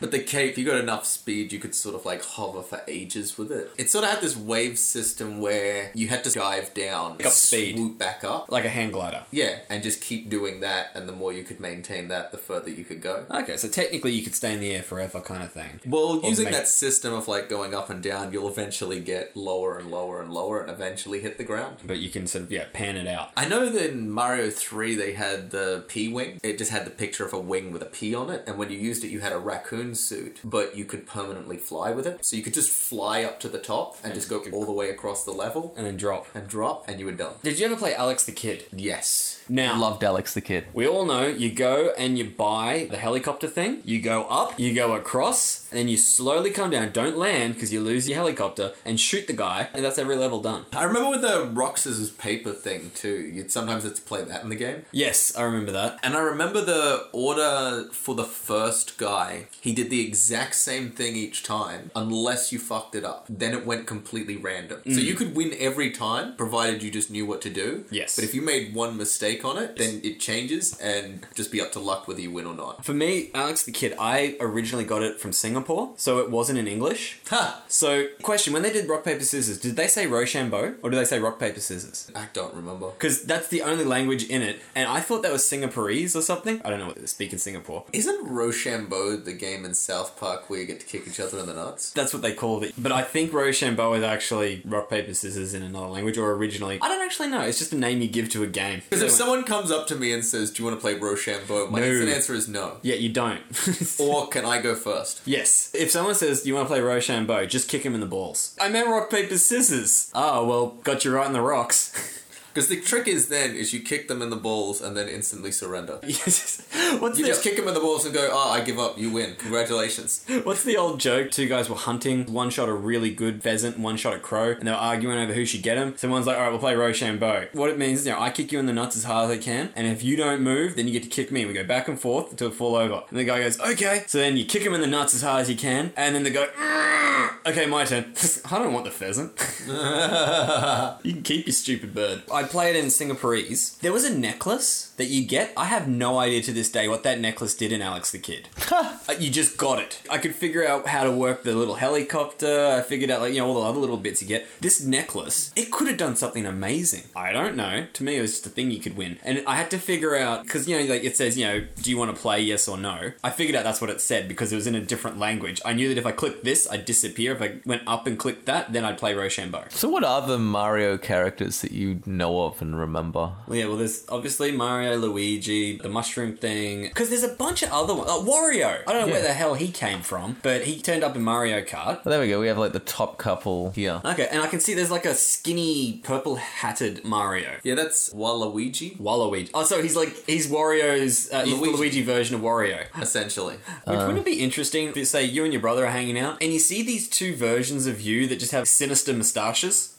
But the cape, you got enough speed, you could sort of like hover for ages with it. It sort of had this wave system where you had to dive down, Pick up speed. swoop back up. like a hand glider. Yeah, and just keep doing that, and the more you could maintain that, the further you could go. Okay, so technically you could stay in the air forever, kind of thing. Well, using make- that system of like going up and down, you'll eventually get lower and lower and lower and eventually hit the ground. But you can sort of yeah pan it out. I know that in Mario 3 they had the P wing. It just had the picture of a wing with a P on it, and when you used it, you had a raccoon suit, but you could permanently fly with it. So you could just fly up to the top and just go all the way across the level And then drop. and drop, and you were done. Did you ever play Alex the Kid? Yes. Now- Loved Alex the Kid. We all know you go and you buy the helicopter thing. You go up, you go across, and then you slowly come down. Don't land because you lose your helicopter and shoot the guy, and that's every level done. I remember with the rock, scissors, paper thing too. You'd sometimes have to play that in the game. Yes, I remember that. And I remember the order for the first guy. He did did the exact same thing each time unless you fucked it up. Then it went completely random. So Mm. you could win every time provided you just knew what to do. Yes. But if you made one mistake on it, then it changes and just be up to luck whether you win or not. For me, Alex the Kid, I originally got it from Singapore, so it wasn't in English. Ha! So, question: When they did rock paper scissors, did they say Rochambeau or did they say rock paper scissors? I don't remember. Because that's the only language in it, and I thought that was Singaporese or something. I don't know what they speak in Singapore. Isn't Rochambeau the game in South Park where you get to kick each other in the nuts? That's what they called it. But I think Rochambeau is actually rock paper scissors in another language, or originally. I don't actually know. It's just a name you give to a game. Because if someone comes up to me and says, "Do you want to play Rochambeau?" my No. instant answer is no. yeah, you don't. [LAUGHS] Or can I go first? Yes. If someone says, Do you want to play Rochambeau? Just kick him in the balls. I meant rock, paper, scissors. Oh, well, got you right in the rocks. [LAUGHS] Because the trick is then is you kick them in the balls and then instantly surrender. Yes. what's, You the, just kick them in the balls and go, "Oh, I give up. You win. Congratulations." [LAUGHS] what's the old joke? Two guys were hunting. One shot a really good pheasant, one shot a crow, and they were arguing over who should get him. So one's like, All right, we'll play Rochambeau. What it means is, you know, I kick you in the nuts as hard as I can, and if you don't move, then you get to kick me. We go back and forth until we fall over. And the guy goes, Okay. So then you kick him in the nuts as hard as you can, and then they go, "Ah, Okay, my turn. [LAUGHS] I don't want the pheasant. [LAUGHS] You can keep your stupid bird. I played in Singaporeese. There was a necklace that you get. I have no idea to this day what that necklace did in Alex the Kid. Uh, you just got it. I could figure out how to work the little helicopter. I figured out like you know all the other little bits you get. This necklace, it could have done something amazing. I don't know. To me, it was just a thing you could win, and I had to figure out because you know like it says you know do you want to play yes or no. I figured out that's what it said because it was in a different language. I knew that if I clicked this, I'd disappear. If I went up and clicked that, then I'd play Rochambeau. So, what other Mario characters that you know of and remember? Well, yeah, well, there's obviously Mario, Luigi, the mushroom thing. Because there's a bunch of other ones. Like Wario. I don't know where Yeah. the hell he came from, but he turned up in Mario Kart. Well, Oh, there we go. We have like the top couple here. Okay, and I can see there's like a skinny, purple hatted Mario. Yeah, that's Waluigi, Waluigi. Oh, so he's like, he's Wario's, uh, he's the Luigi. Luigi version of Wario. essentially. [LAUGHS] Which wouldn't it be interesting if, say, you and your brother are hanging out and you see these two versions of you that just have sinister moustaches?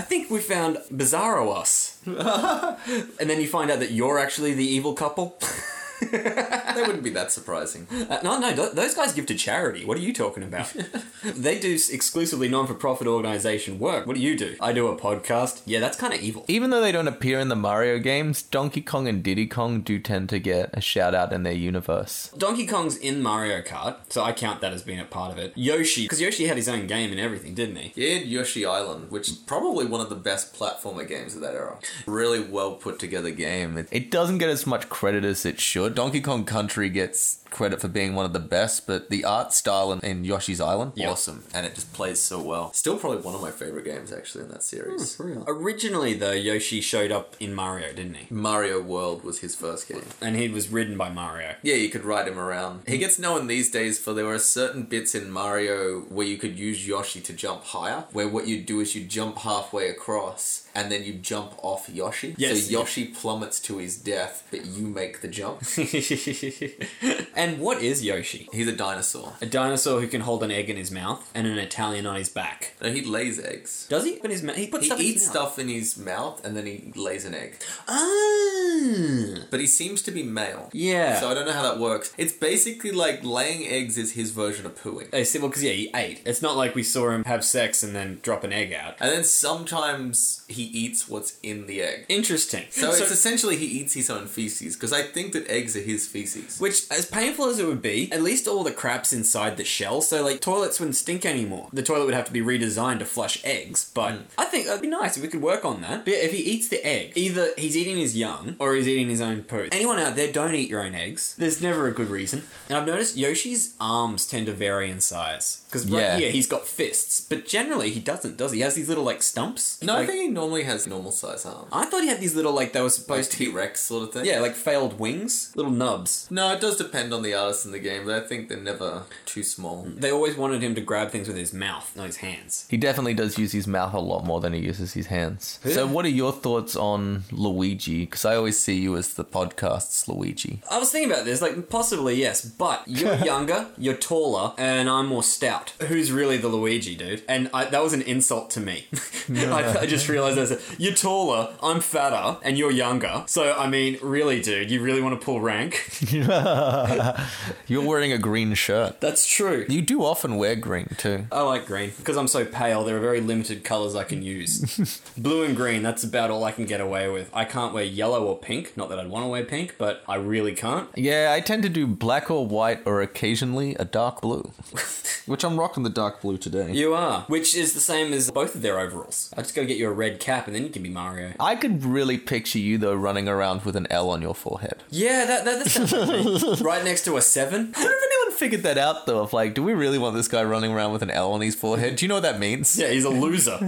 I think we found Bizarro Us. and then you find out that you're actually the evil couple. [LAUGHS] that wouldn't be that surprising. Uh, no, no, th- those guys give to charity. What are you talking about? they do s- exclusively non for profit organization work. What do you do? I do a podcast. Yeah, that's kind of evil. Even though they don't appear in the Mario games, Donkey Kong and Diddy Kong do tend to get a shout out in their universe. Donkey Kong's in Mario Kart, so I count that as being a part of it. Yoshi, because Yoshi had his own game and everything, didn't he? Yeah, and Yoshi Island, which is probably one of the best platformer games of that era. Really well put together game. It, it doesn't get as much credit as it should. Donkey Kong Country gets credit for being one of the best, but the art style in, in Yoshi's Island, Yeah. awesome. And it just plays so well. Still probably one of my favorite games, actually, in that series. Hmm, Originally, though, Yoshi showed up in Mario, didn't he? Mario World was his first game. And he was ridden by Mario. [LAUGHS] Yeah, you could ride him around. Mm. He gets known these days for there were certain bits in Mario where you could use Yoshi to jump higher, where what you'd do is you jump halfway across and then you jump off Yoshi. Yes. So Yoshi plummets to his death, but you make [LAUGHS] the jump. and what is Yoshi? He's a dinosaur. A dinosaur who can hold an egg in his mouth and an Italian on his back. No, he lays eggs. Does he? But his mouth, he puts He stuff in his eats mouth. stuff in his mouth and then he lays an egg. Ah. But he seems to be male. Yeah. So I don't know how that works. It's basically like laying eggs is his version of pooing. They said, Oh, well, because yeah, he ate. It's not like we saw him have sex and then drop an egg out. And then sometimes he eats what's in the egg. Interesting. So, it's essentially he eats his own feces because I think that eggs are his feces. which, as painful as it would be, at least all the crap's inside the shell, so like toilets wouldn't stink anymore. The toilet would have to be redesigned to flush eggs, but Mm. I think that'd be nice if we could work on that. But yeah, if he eats the egg, either he's eating his young or he's eating his own poo. Anyone out there, don't eat your own eggs. There's never a good reason. And I've noticed Yoshi's arms tend to vary in size. Because right Yeah. here, he's got fists, but generally he doesn't, does he? He has these little like stumps. No, I Like- think he normally has normal size arms, I thought he had these little like they were like supposed to T Rex sort of thing. yeah like failed wings, little nubs. No, it does depend on the artist in the game, but I think they're never too small. They always wanted him to grab things with his mouth, not his hands. He definitely does use his mouth a lot more than he uses his hands. So, what are your thoughts on Luigi? Because I always see you as the podcast's [LAUGHS] Luigi. [LAUGHS] I was thinking about this, like possibly yes, but you're younger, you're taller, and I'm more stout. Who's really the Luigi, dude? And I, that was an insult to me. [LAUGHS] I, I just realized I said you're taller, I'm fatter, and you're younger. So I mean, really, dude, you really want to pull rank? You're wearing a green [LAUGHS] shirt. That's true. You do often wear green too. I like green because I'm so pale. There are very limited colors I can use. Blue and green, that's about all I can get away with. I can't wear yellow or pink. Not that I'd want to wear pink, but I really can't. [LAUGHS] Yeah, I tend to do black or white or occasionally a dark blue. Which I'm rocking the dark blue today. You are, which is the same as both of their overalls. I just gotta get you a red cap and then you can be Mario. I could really picture you though running around with an L on your forehead. Yeah, that, that, that sounds right. right next to a seven. [LAUGHS] I don't know if anyone figured that out though of like, do we really want this guy running around with an L on his forehead? Do you know what that means? Yeah, he's a loser.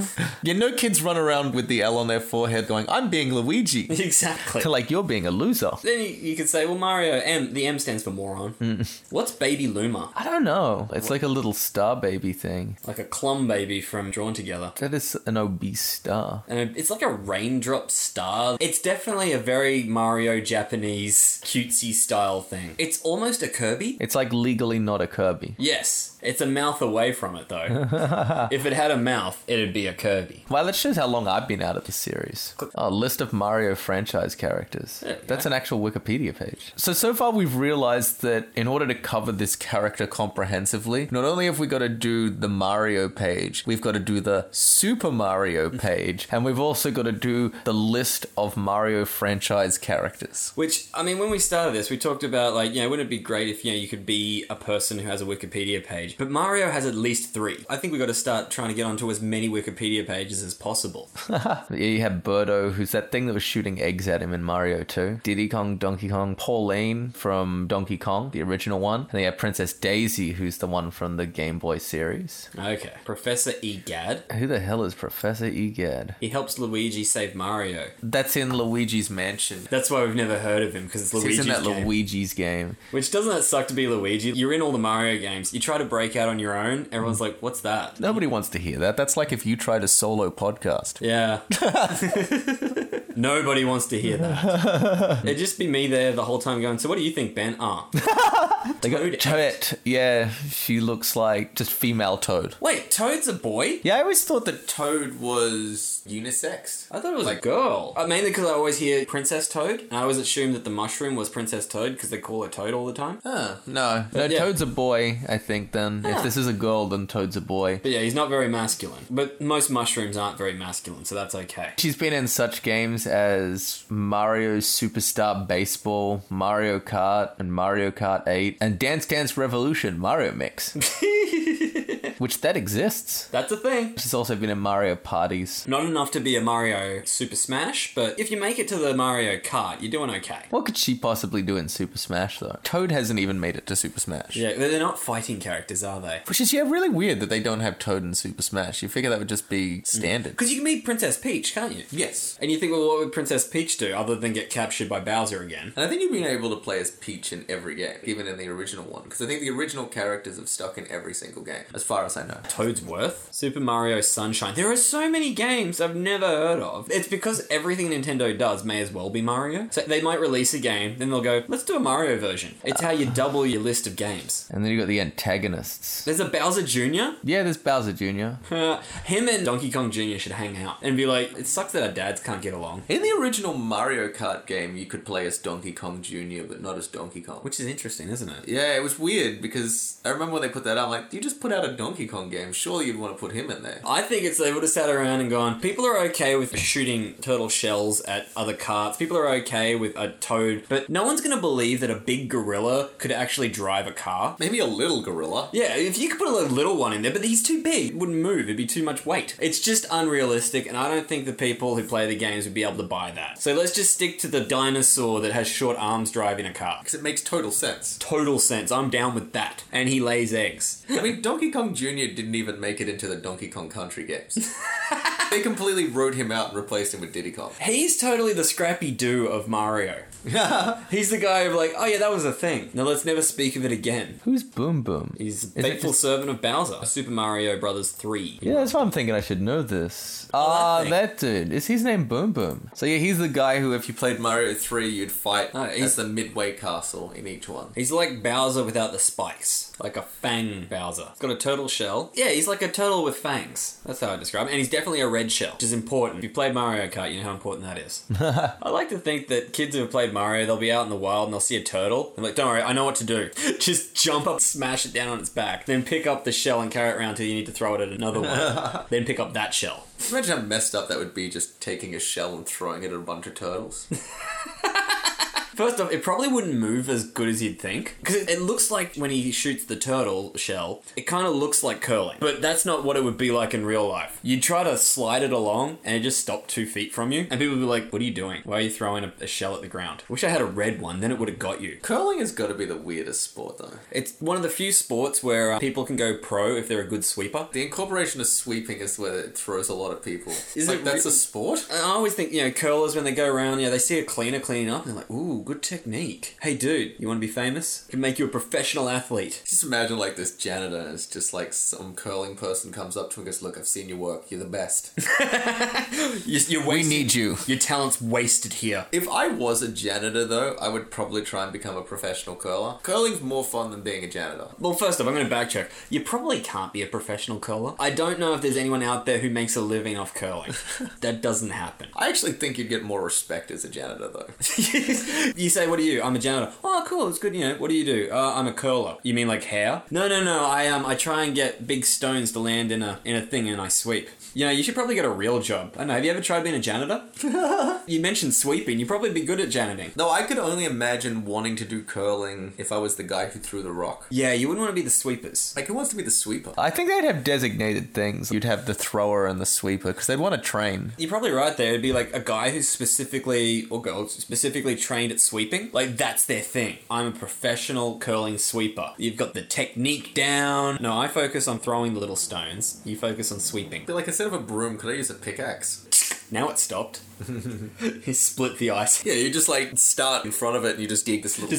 Yeah, no kids run around with the L on their forehead going, I'm being Luigi. exactly. to like you're being a loser. Then you, you could say, well, Mario M. The M stands for moron. What's baby Luma? I don't know. It's like a little star baby thing. Like a clum baby from Drawn Together. That is an obese star. And it's like a raindrop star. It's definitely a very Mario Japanese cutesy style thing. It's almost a Kirby. It's like legally not a Kirby. Yes, it's a mouth away from it though. if it had a mouth, it'd be a Kirby. Well, that shows how long I've been out of the series. Oh, list of Mario franchise characters. Yeah. That's an actual Wikipedia page. So, so far we've realized that in order to cover this character comprehensively, not only have we got to do the Mario page, we've got to do the Super Mario page, and we've also got to do the list of Mario franchise characters. Which I mean, when we started this, we talked about like, you know, wouldn't it be great if you know you could be a person who has a Wikipedia page? But Mario has at least three. I think we got to start trying to get onto as many Wikipedia pages as possible. [LAUGHS] Yeah, you have Birdo, who's that thing that was shooting eggs at him in Mario 2. Diddy Kong, Donkey Kong, Pauline from Donkey Kong, the original one. And then you have Princess Daisy, who's the one from the Game Boy series. okay, Professor Egad. Who the hell is Professor Egad? He helps Luigi save Mario. That's in Luigi's Mansion. That's why we've never heard of him because it's Luigi's He's in that game. Luigi's game. Which doesn't that suck to be Luigi? You're in all the Mario games. You try to break out on your own. Everyone's like, "What's that?" Nobody wants to hear that. That's like if you tried a solo podcast. [LAUGHS] Yeah. Nobody wants to hear that. [LAUGHS] It'd just be me there the whole time going, So what do you think, Ben? [LAUGHS] Ah. They got Toad Toad. Yeah, she looks like just female Toad. Wait, Toad's a boy? Yeah, I always thought that Toad was unisex. I thought it was a girl. Uh, mainly because I always hear Princess Toad, and I always assumed that the mushroom was Princess Toad because they call her Toad all the time. Huh. No, no, Yeah. Ah. Toad's a boy, I think, then. If this is a girl, then Toad's a boy. But yeah, he's not very masculine. But most mushrooms aren't very masculine, so that's okay. She's been in such games as Mario Superstar Baseball, Mario Kart, and Mario Kart 8, and Dance Dance Revolution [LAUGHS] Mario Mix, which that exists. that's a thing. She's also been in Mario Parties. Not enough to be a Mario Super Smash, but if you make it to the Mario Kart, you're doing okay. What could she possibly do in Super Smash, though? Toad hasn't even made it to Super Smash. Yeah, they're not fighting characters, are they? Which is, yeah, really weird that they don't have Toad in Super Smash. You figure that would just be standard. Because you can meet Princess Peach, can't you? Yes. And you think, well, what would Princess Peach do other than get captured by Bowser again? And I think you've been able to play as Peach in every game, even in the original one, because I think the original characters have stuck in every single game, as far as I know. Toad's Worth, Super Mario Sunshine. There are so many games I've never heard of. It's because everything Nintendo does may as well be Mario. So they might release a game, then they'll go, let's do a Mario version. It's how you double your list of games. And then you got the antagonists. There's a Bowser Jr. Yeah, there's Bowser Jr. Uh, [LAUGHS] him and Donkey Kong Jr. should hang out and be like, it sucks that our dads can't get along. In the original Mario Kart game, you could play as Donkey Kong Jr., but not as Donkey Kong. Which, Which is interesting, isn't it? yeah, it was weird because I remember when they put that out, I'm like, you just put out a Donkey Kong game, surely you'd want to put him in there. I think it's they would have sat around and gone, people are okay with shooting turtle shells at other carts, people are okay with a toad, but no one's going to believe that a big gorilla could actually drive a car. Maybe a little gorilla. Yeah, if you could put a little one in there, but he's too big. It wouldn't move. It'd be too much weight. It's just unrealistic, and I don't think the people who play the games would be able to buy that. So let's just stick to the dinosaur that has short arms driving a car. Because it makes total sense. Total sense. I'm down with that. And he lays eggs. I mean, Donkey Kong Jr. didn't even make it into the Donkey Kong Country [LAUGHS] games. they completely wrote him out and replaced him with Diddy Kong. He's totally the scrappy do of [LAUGHS] Mario. He's the guy of like, oh yeah, that was a thing. Now let's never speak of it again. Who's Boom Boom? He's it a faithful just- servant of Bowser. Super Mario Brothers 3. Yeah, that's what I'm thinking. I should know this. that Ah, thing. that, dude. Is his name Boom Boom? So yeah, he's the guy who, if you You played Mario 3, you'd fight No, no, he's- he's the Midway Castle in each one. He's like Bowser without the spikes, like a fang Bowser. He's got a turtle shell. Yeah, he's like a turtle with fangs. That's how I describe him. And he's definitely a red red shell, which is important. If you played Mario Kart, you know how important that is. I like to think that kids who have played Mario, they'll be out in the wild and they'll see a turtle. and like, don't worry, I know what to do. [LAUGHS] Just jump up, smash it down on its back, then pick up the shell and carry it around till you need to throw it at another one. then pick up that shell. Imagine how messed up that would be just taking a shell and throwing it at a bunch of [LAUGHS] turtles. First off, it probably wouldn't move as good as you'd think. Because it, it looks like when he shoots the turtle shell, it kind of looks like curling. But that's not what it would be like in real life. You'd try to slide it along and it just stopped two feet from you. And people would be like, What are you doing? Why are you throwing a, a shell at the ground? Wish I had a red one, then it would have got you. Curling has got to be the weirdest sport, though. It's one of the few sports where uh, people can go pro if they're a good sweeper. The incorporation of sweeping is where it throws a lot of people. Is like, it that's re- a sport? I always think, you know, curlers when they go around, you know, they see a cleaner clean up, they're like, ooh, good technique. Hey, dude, you want to be famous? Can make you a professional athlete. Just imagine like this janitor and it's just like some curling person comes up to him and goes, Look, I've seen your work, you're the best. You, you're We wasting- need you. Your talent's wasted here. if I was a janitor though, I would probably try and become a professional curler. Curling's more fun than being a janitor. Well, first off, I'm going to backtrack. You probably can't be a professional curler. I don't know if there's anyone out there who makes a living off [LAUGHS] curling. that doesn't happen. I actually think you'd get more respect as a janitor though. [LAUGHS] you say, "What are you?" I'm a janitor. Oh, cool. It's good. You know, what do you do? Uh, I'm a curler. You mean like hair? No, no, no. I um, I try and get big stones to land in a in a thing, and I sweep. You know, you should probably get a real job. I don't know. Have you ever tried being a janitor? [LAUGHS] you mentioned sweeping. You'd probably be good at janiting. No, I could only imagine wanting to do curling if I was the guy who threw the rock. Yeah, you wouldn't want to be the sweepers. Like, who wants to be the sweeper? I think they'd have designated things. You'd have the thrower and the sweeper because they'd want to train. You're probably right there. It'd be like a guy who's specifically, or girl, specifically trained at sweeping. Like, that's their thing. I'm a professional curling sweeper. You've got the technique down. No, I focus on throwing the little stones. You focus on sweeping. But like, instead of a broom, could I use a pickaxe? Now it stopped. [LAUGHS] he split the ice. [LAUGHS] Yeah, you just like start in front of it and you just dig this little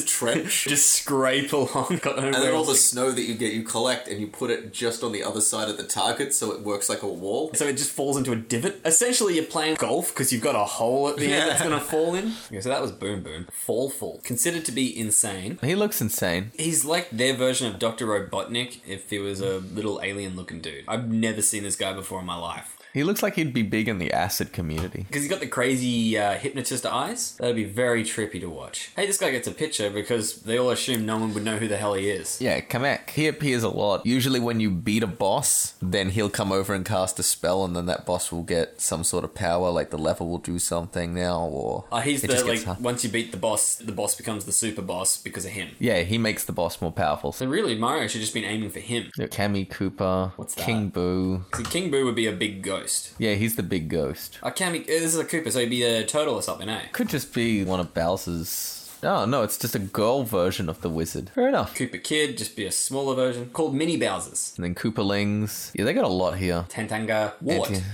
[LAUGHS] trench. Just scrape along. [LAUGHS] Got And then all the snow that you get, you collect and you put it just on the other side of the target so it works like a wall. So it just falls into a divot. Essentially, you're playing golf because you've got a hole at the end that's going to fall in. Okay, so that was Boom Boom. Fall Fall. Considered to be insane. He looks insane. He's like their version of Dr. Robotnik if he was a little alien looking dude. I've never seen this guy before in my life. He looks like he'd be big in the acid community. Because he's got the crazy uh, hypnotist eyes. That'd be very trippy to watch. Hey, this guy gets a picture because they all assume no one would know who the hell he is. Yeah, Kamek. He appears a lot. Usually, when you beat a boss, then he'll come over and cast a spell, and then that boss will get some sort of power, like the level will do something now, or Uh, he's it the just like gets hard. once you beat the boss, the boss becomes the super boss because of him. Yeah, he makes the boss more powerful. So really, Mario should just been aiming for him. Cammy Cooper, What's that? King Boo. See, King Boo would be a big ghost. Yeah, he's the big ghost. I can't. Be, uh, this is a Cooper, so he'd be a turtle or something, eh? Could just be one of Bowser's. Oh no, it's just a girl version of the wizard. Fair enough. Cooper Kid, just be a smaller version called Mini Bowser's. And then Kooperlings. Yeah, they got a lot here. Tentanga, Wart. And, yeah,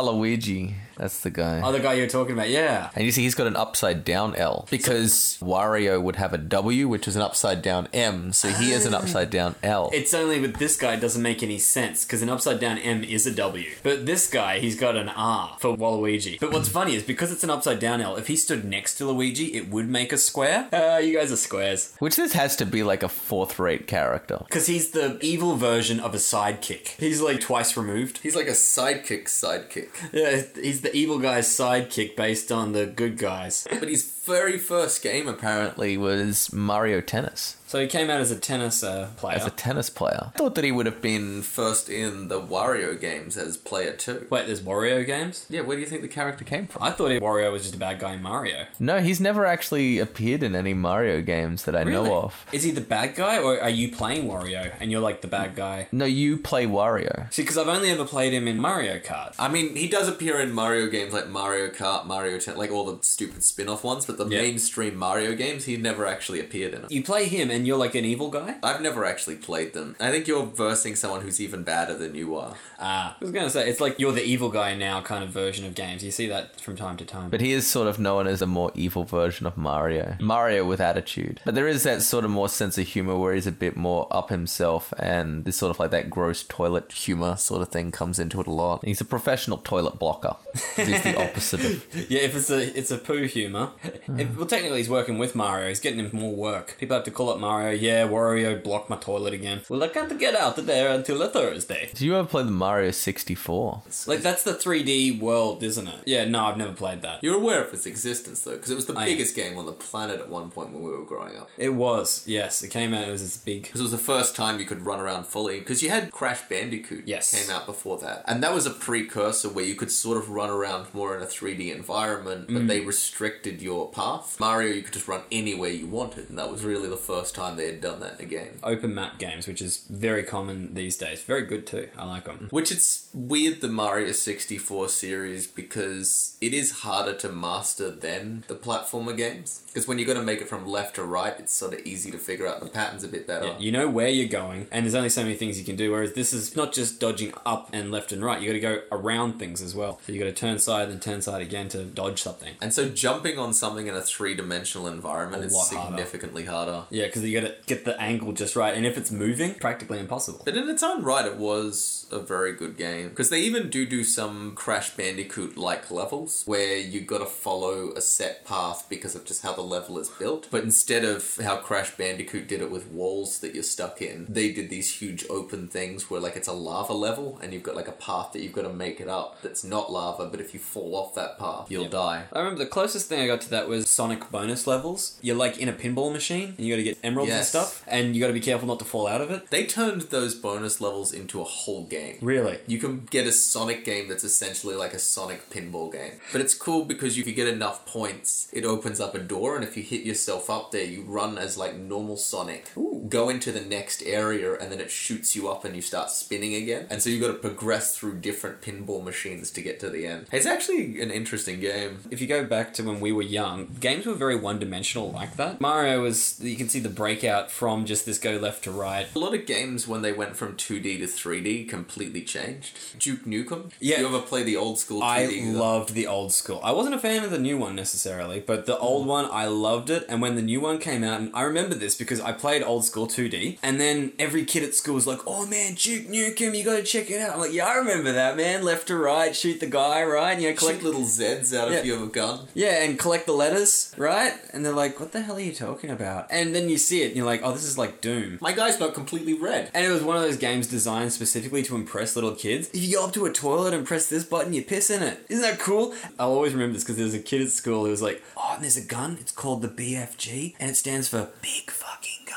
Waluigi. That's the guy. Other guy you were talking about, yeah. And you see, he's got an upside down L because Wario would have a W, which is an upside down M. So he is an upside down L. It's only with this guy it doesn't make any sense because an upside down M is a W. But this guy, he's got an R for Waluigi. But what's funny is because it's an upside down L, if he stood next to Luigi, it would make a square. Uh, you guys are squares. Which this has to be like a fourth rate character. Because he's the evil version of a sidekick. He's like twice removed. He's like a sidekick sidekick. Yeah, he's the evil guy's sidekick based on the good guys. [LAUGHS] But his very first game, apparently. Apparently was Mario Tennis So he came out as a tennis uh, player. as a tennis player. I thought that he would have been. Been first in the Wario games as player two. Wait, there's Wario games? Yeah, where do you think the character came from? I thought Wario was just a bad guy in Mario. No, he's never actually appeared in any Mario games that I know of. Is he the bad guy, or are you playing Wario and you're like the bad guy? No, you play Wario. See, because I've only ever played him in Mario Kart. I mean, he does appear in Mario games like Mario Kart, Mario Ten, like all the stupid spin-off ones, but the Yeah. mainstream Mario games, he never actually appeared in. 'em. You play him and you're like an evil guy? I've never actually played them. I think you're versing someone who's even badder than you are. Ah. I was going to say, it's like you're the evil guy now kind of version of games. You see that from time to time. But he is sort of known as a more evil version of Mario. Mario with attitude. But there is that sort of more sense of humor where he's a bit more up himself and this sort of like that gross toilet humor sort of thing comes into it a lot. He's a professional toilet blocker. 'cause He's the opposite of yeah, if it's a it's a poo humor, Hmm. If- well, technically, he's working with Mario. He's getting him more work. People have to call up Mario. Yeah, Wario blocked my toilet again. Well, I can't get out of there until a Thursday. Do you ever play the Mario 64? Like that's the 3D world, isn't it? Yeah. No, I've never played that. You're aware of its existence though, because it was the I am. biggest game on the planet at one point when we were growing up. It was yes. It came out. It was this big. Because it was the first time you could run around fully. Because you had Crash Bandicoot Yes. came out before that. And that was a precursor where you could sort of run around more in a 3D environment, Mm. but they restricted your path. Mario, you could just run anywhere you wanted. And that was really the first time they had done that in a game. Open map games, which is very common these days. Very good too. I like them. Which it's weird the Mario 64 series because it is harder to master than the platformer games. Because when you're going to make it from left to right, it's sort of easy to figure out the patterns a bit better. Yeah, you know where you're going, and there's only so many things you can do. Whereas this is not just dodging up and left and right. You got to go around things as well. So you got to turn side and turn side again to dodge something. And so jumping on something in a three dimensional environment A is lot harder. significantly harder. Yeah, because you got to get the angle just right, and if it's moving, practically impossible. But in its own right, it was a very good game because they even do do some Crash Bandicoot like levels where you got to follow a set path because of just how the level is built. But instead of how Crash Bandicoot did it with walls that you're stuck in, they did these huge open things where like it's a lava level and you've got like a path that you've got to make it up that's not lava. But if you fall off that path, you'll die. I remember the closest thing I got to that was Sonic bonus levels. You're like in a pinball machine, and you got to get emeralds and Yes. stuff, and you got to be careful not to fall out of it. They turned those bonus levels into a whole game. Really? You can get a Sonic game that's essentially like a Sonic pinball game. But it's cool because if you get enough points, it opens up a door, and if you hit yourself up there, you run as like normal Sonic, go into the next area, and then it shoots you up and you start spinning again. And so you've got to progress through different pinball machines to get to the end. It's actually an interesting game. If you go back to when we were young, games were very one dimensional like that. Mario was, you can see the breakout from just this go left to right. A lot of games when they went from 2D to 3D completely changed. Duke Nukem. Yeah. You ever play the old school 2D? I game? loved the old school. I wasn't a fan of the new one necessarily, but the old one I loved it. And when the new one came out, and I remember this because I played old school 2D, and then every kid at school was like, "Oh man, Duke Nukem, you got to check it out." I'm like, "Yeah, I remember that man. Left to right, shoot the guy, right? And you know, collect Click little Zeds out Yeah. of your gun. yeah, and collect the letters, right?" And they're like, "What the hell are you talking about?" And then you see it, and you're like, "Oh, this is like Doom." My guy's not completely red. And it was one of those games designed specifically to impress little kids. If you go up to a toilet and press this button, you piss in it. Isn't that cool? I'll always remember this because there was a kid at school who was like, oh, and there's a gun. It's called the BFG, and it stands for Big Fucking Gun.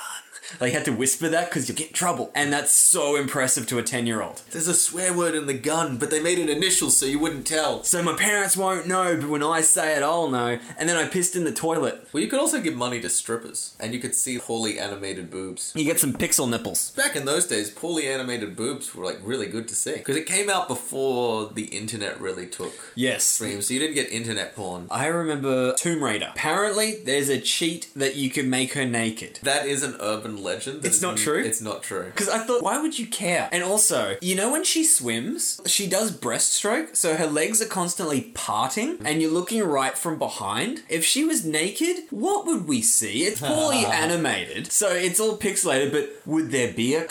Like, you had to whisper that because you'll get in trouble. And that's so impressive to a 10 year old. There's a swear word in the gun, but they made an initial so you wouldn't tell. So my parents won't know, but when I say it, I'll know. And then I pissed in the toilet. Well, you could also give money to strippers, and you could see poorly animated boobs. You get some pixel nipples. Back in those days, poorly animated boobs were like really good to see because it came out before the internet really took Yes. stream, so you didn't get internet porn. I remember Tomb Raider. Apparently, there's a cheat that you can make her naked. That is an urban legend. that It's is not n- true? It's not true. Because I thought, why would you care? And also, you know, when she swims, she does breaststroke, so her legs are constantly parting, Mm-hmm. and you're looking right from behind. If she was naked, what would we see? It's [LAUGHS] poorly animated, so it's all pixelated, but would there be a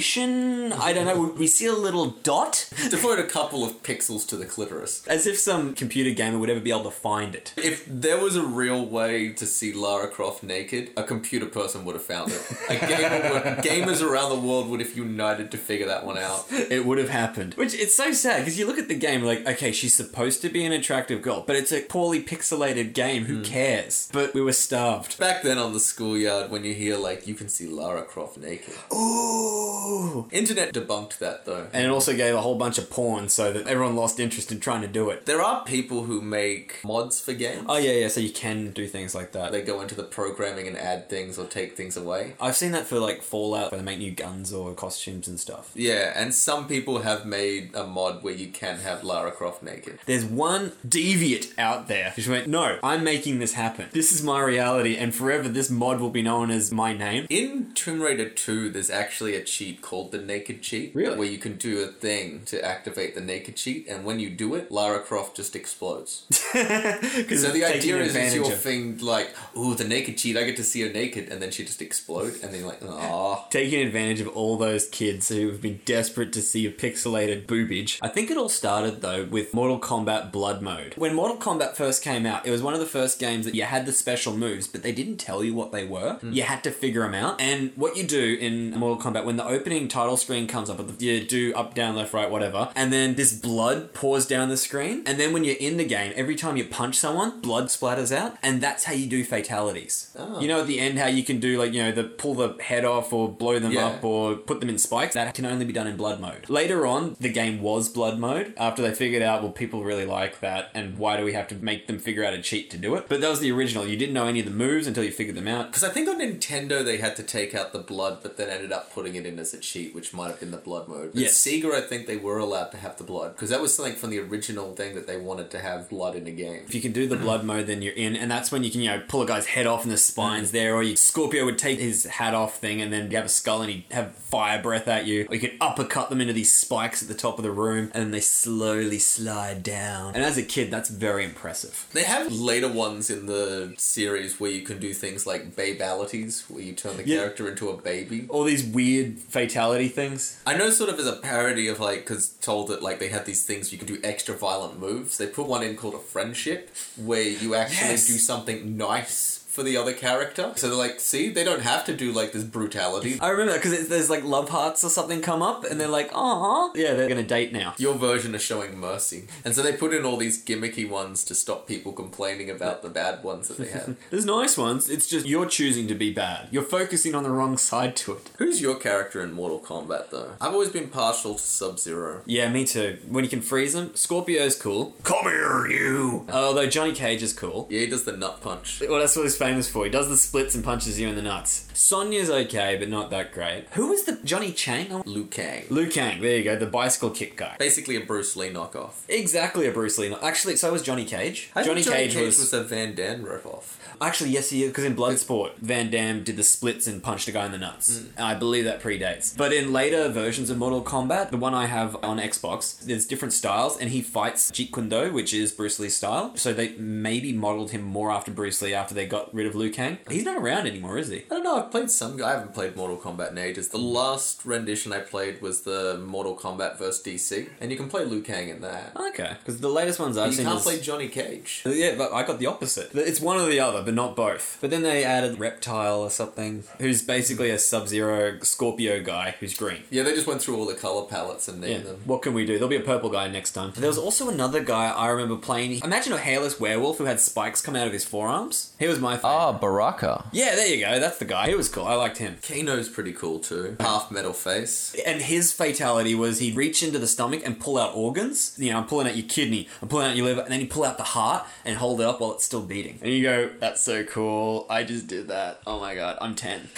coloration? I don't know. Would we see a little dot? [LAUGHS] Devote a couple of pixels to the clitoris. As if some computer gamer would ever be able to find it. If there was a real way to see Lara Croft naked, a computer person would have found it. A gamer would, [LAUGHS] gamers around the world would have united to figure that one out. it would have happened. Which it's so sad because you look at the game like, okay, she's supposed to be an attractive girl, but it's a poorly pixelated game. Who cares? But we were starved. Back then on the schoolyard, when you hear like you can see Lara Croft naked, Ooh. internet debunked that though. And it also gave a whole bunch of porn so that everyone lost interest in trying to do it. There are people who make mods for games. Oh yeah, yeah. So you can do things like that. They go into the programming and add things or take things away. I've seen that for like Fallout, where they make new guns or costumes and stuff. Yeah, and some people have made a mod where you can have Lara Croft naked. There's one deviant out there who went, "No, I'm making this happen. This is my reality, and forever this mod will be known as my name." In Tomb Raider 2, there's actually a cheat called the Naked Cheat. Really? Where you can do a thing to activate the Naked Cheat, and when you do it, Lara Croft just [LAUGHS] explodes. Because so the idea is, is your thing like, ooh, the Naked Cheat, I get to see her naked, and then she just explodes. and then like, oh. taking advantage of all those kids who have been desperate to see a pixelated boobage. I think it all started though with Mortal Kombat Blood Mode. When Mortal Kombat first came out, it was one of the first games that you had the special moves, but they didn't tell you what they were. You had to figure them out. And what you do in Mortal Kombat when the opening title screen comes up, you do up, down, left, right, whatever, and then this blood pours down the screen. And then when you're in the game, every time you punch someone, blood splatters out, and that's how you do fatalities. You know at the end how you can do like you know the pull the head off or blow them Yeah. up or put them in spikes. That can only be done in blood mode. Later on, the game was blood mode after they figured out well people really like that and why do we have to make them figure out a cheat to do it? But that was the original. You didn't know any of the moves until you figured them out. Because I think on Nintendo they had to take out the blood, but then ended up putting it in as a cheat, which might have been the blood mode. But Yes. Sega, I think they were allowed to have the blood because that was something from the original thing that they wanted to have blood in a game. If you can do the blood mode, then you're in, and that's when you can, you know, pull a guy's head off and the spine's there, or you, Scorpio would take his hat off thing and then you have a skull and he'd have fire breath at you, or you could uppercut them into these spikes at the top of the room, and then they slowly slide down. And as a kid, that's very impressive. They have later ones in the series where you can do things like babalities, where you turn the Yeah. character into a baby. All these weird fatality things. I know, sort of as a parody of like, because told that like they had these things you can do extra violent moves. They put one in called a friendship, where you actually Yes. do something nice for the other character. So they're like, see, they don't have to do like this brutality. I remember that because there's like love hearts or something come up, and they're like, "Aw, yeah, they're gonna date now." Your version of showing mercy, and so they put in all these gimmicky ones to stop people complaining about the bad ones that they [LAUGHS] had. [LAUGHS] There's nice ones. It's just you're choosing to be bad. You're focusing on the wrong side to it. Who's your character in Mortal Kombat though? I've always been partial to Sub Zero. Yeah, me too. When you can freeze them, Scorpio's cool. Come here, you. Although Johnny Cage is cool. Yeah, he does the nut punch. Well, that's what he's famous for. He does the splits and punches you in the nuts. Sonya's okay, but not that great. Who was the Johnny Chang? Oh, Liu Kang. Liu Kang. There you go, the bicycle kick guy. Basically a Bruce Lee knockoff. Exactly a Bruce Lee. Actually, so was Johnny Cage. I think Johnny, Cage, was, a Van Damme ripoff. actually yes he is because in Bloodsport, Van Damme did the splits and punched a guy in the nuts. Mm. And I believe that predates. But in later versions of Mortal Kombat, the one I have on Xbox, there's different styles, and he fights Jeet Kune Do, which is Bruce Lee's style. So they maybe modeled him more after Bruce Lee after they got rid of Liu Kang. He's not around anymore, is he? I don't know. I've played some. I haven't played Mortal Kombat in ages. The last rendition I played was the Mortal Kombat vs DC, and you can play Liu Kang in that. Okay, because the latest ones I've you seen can't is- play Johnny Cage. Yeah, but I got the opposite. It's one or the other, but not both. But then they added Reptile or something, who's basically a Sub Zero Scorpio guy who's green. Yeah, they just went through all the color palettes and named Yeah. them. What can we do? There'll be a purple guy next time. There was also another guy I remember playing. Imagine a hairless werewolf who had spikes come out of his forearms. He was my favorite. Ah, Baraka. yeah, there you go. That's the guy. He was cool. I liked him. Kano's pretty cool too. Half metal face. And his fatality was he'd reach into the stomach and pull out organs. You know, I'm pulling out your kidney, I'm pulling out your liver, and then he'd pull out the heart and hold it up while it's still beating. And you go, that's so cool. I just did that. Oh my god, I'm [LAUGHS] 10.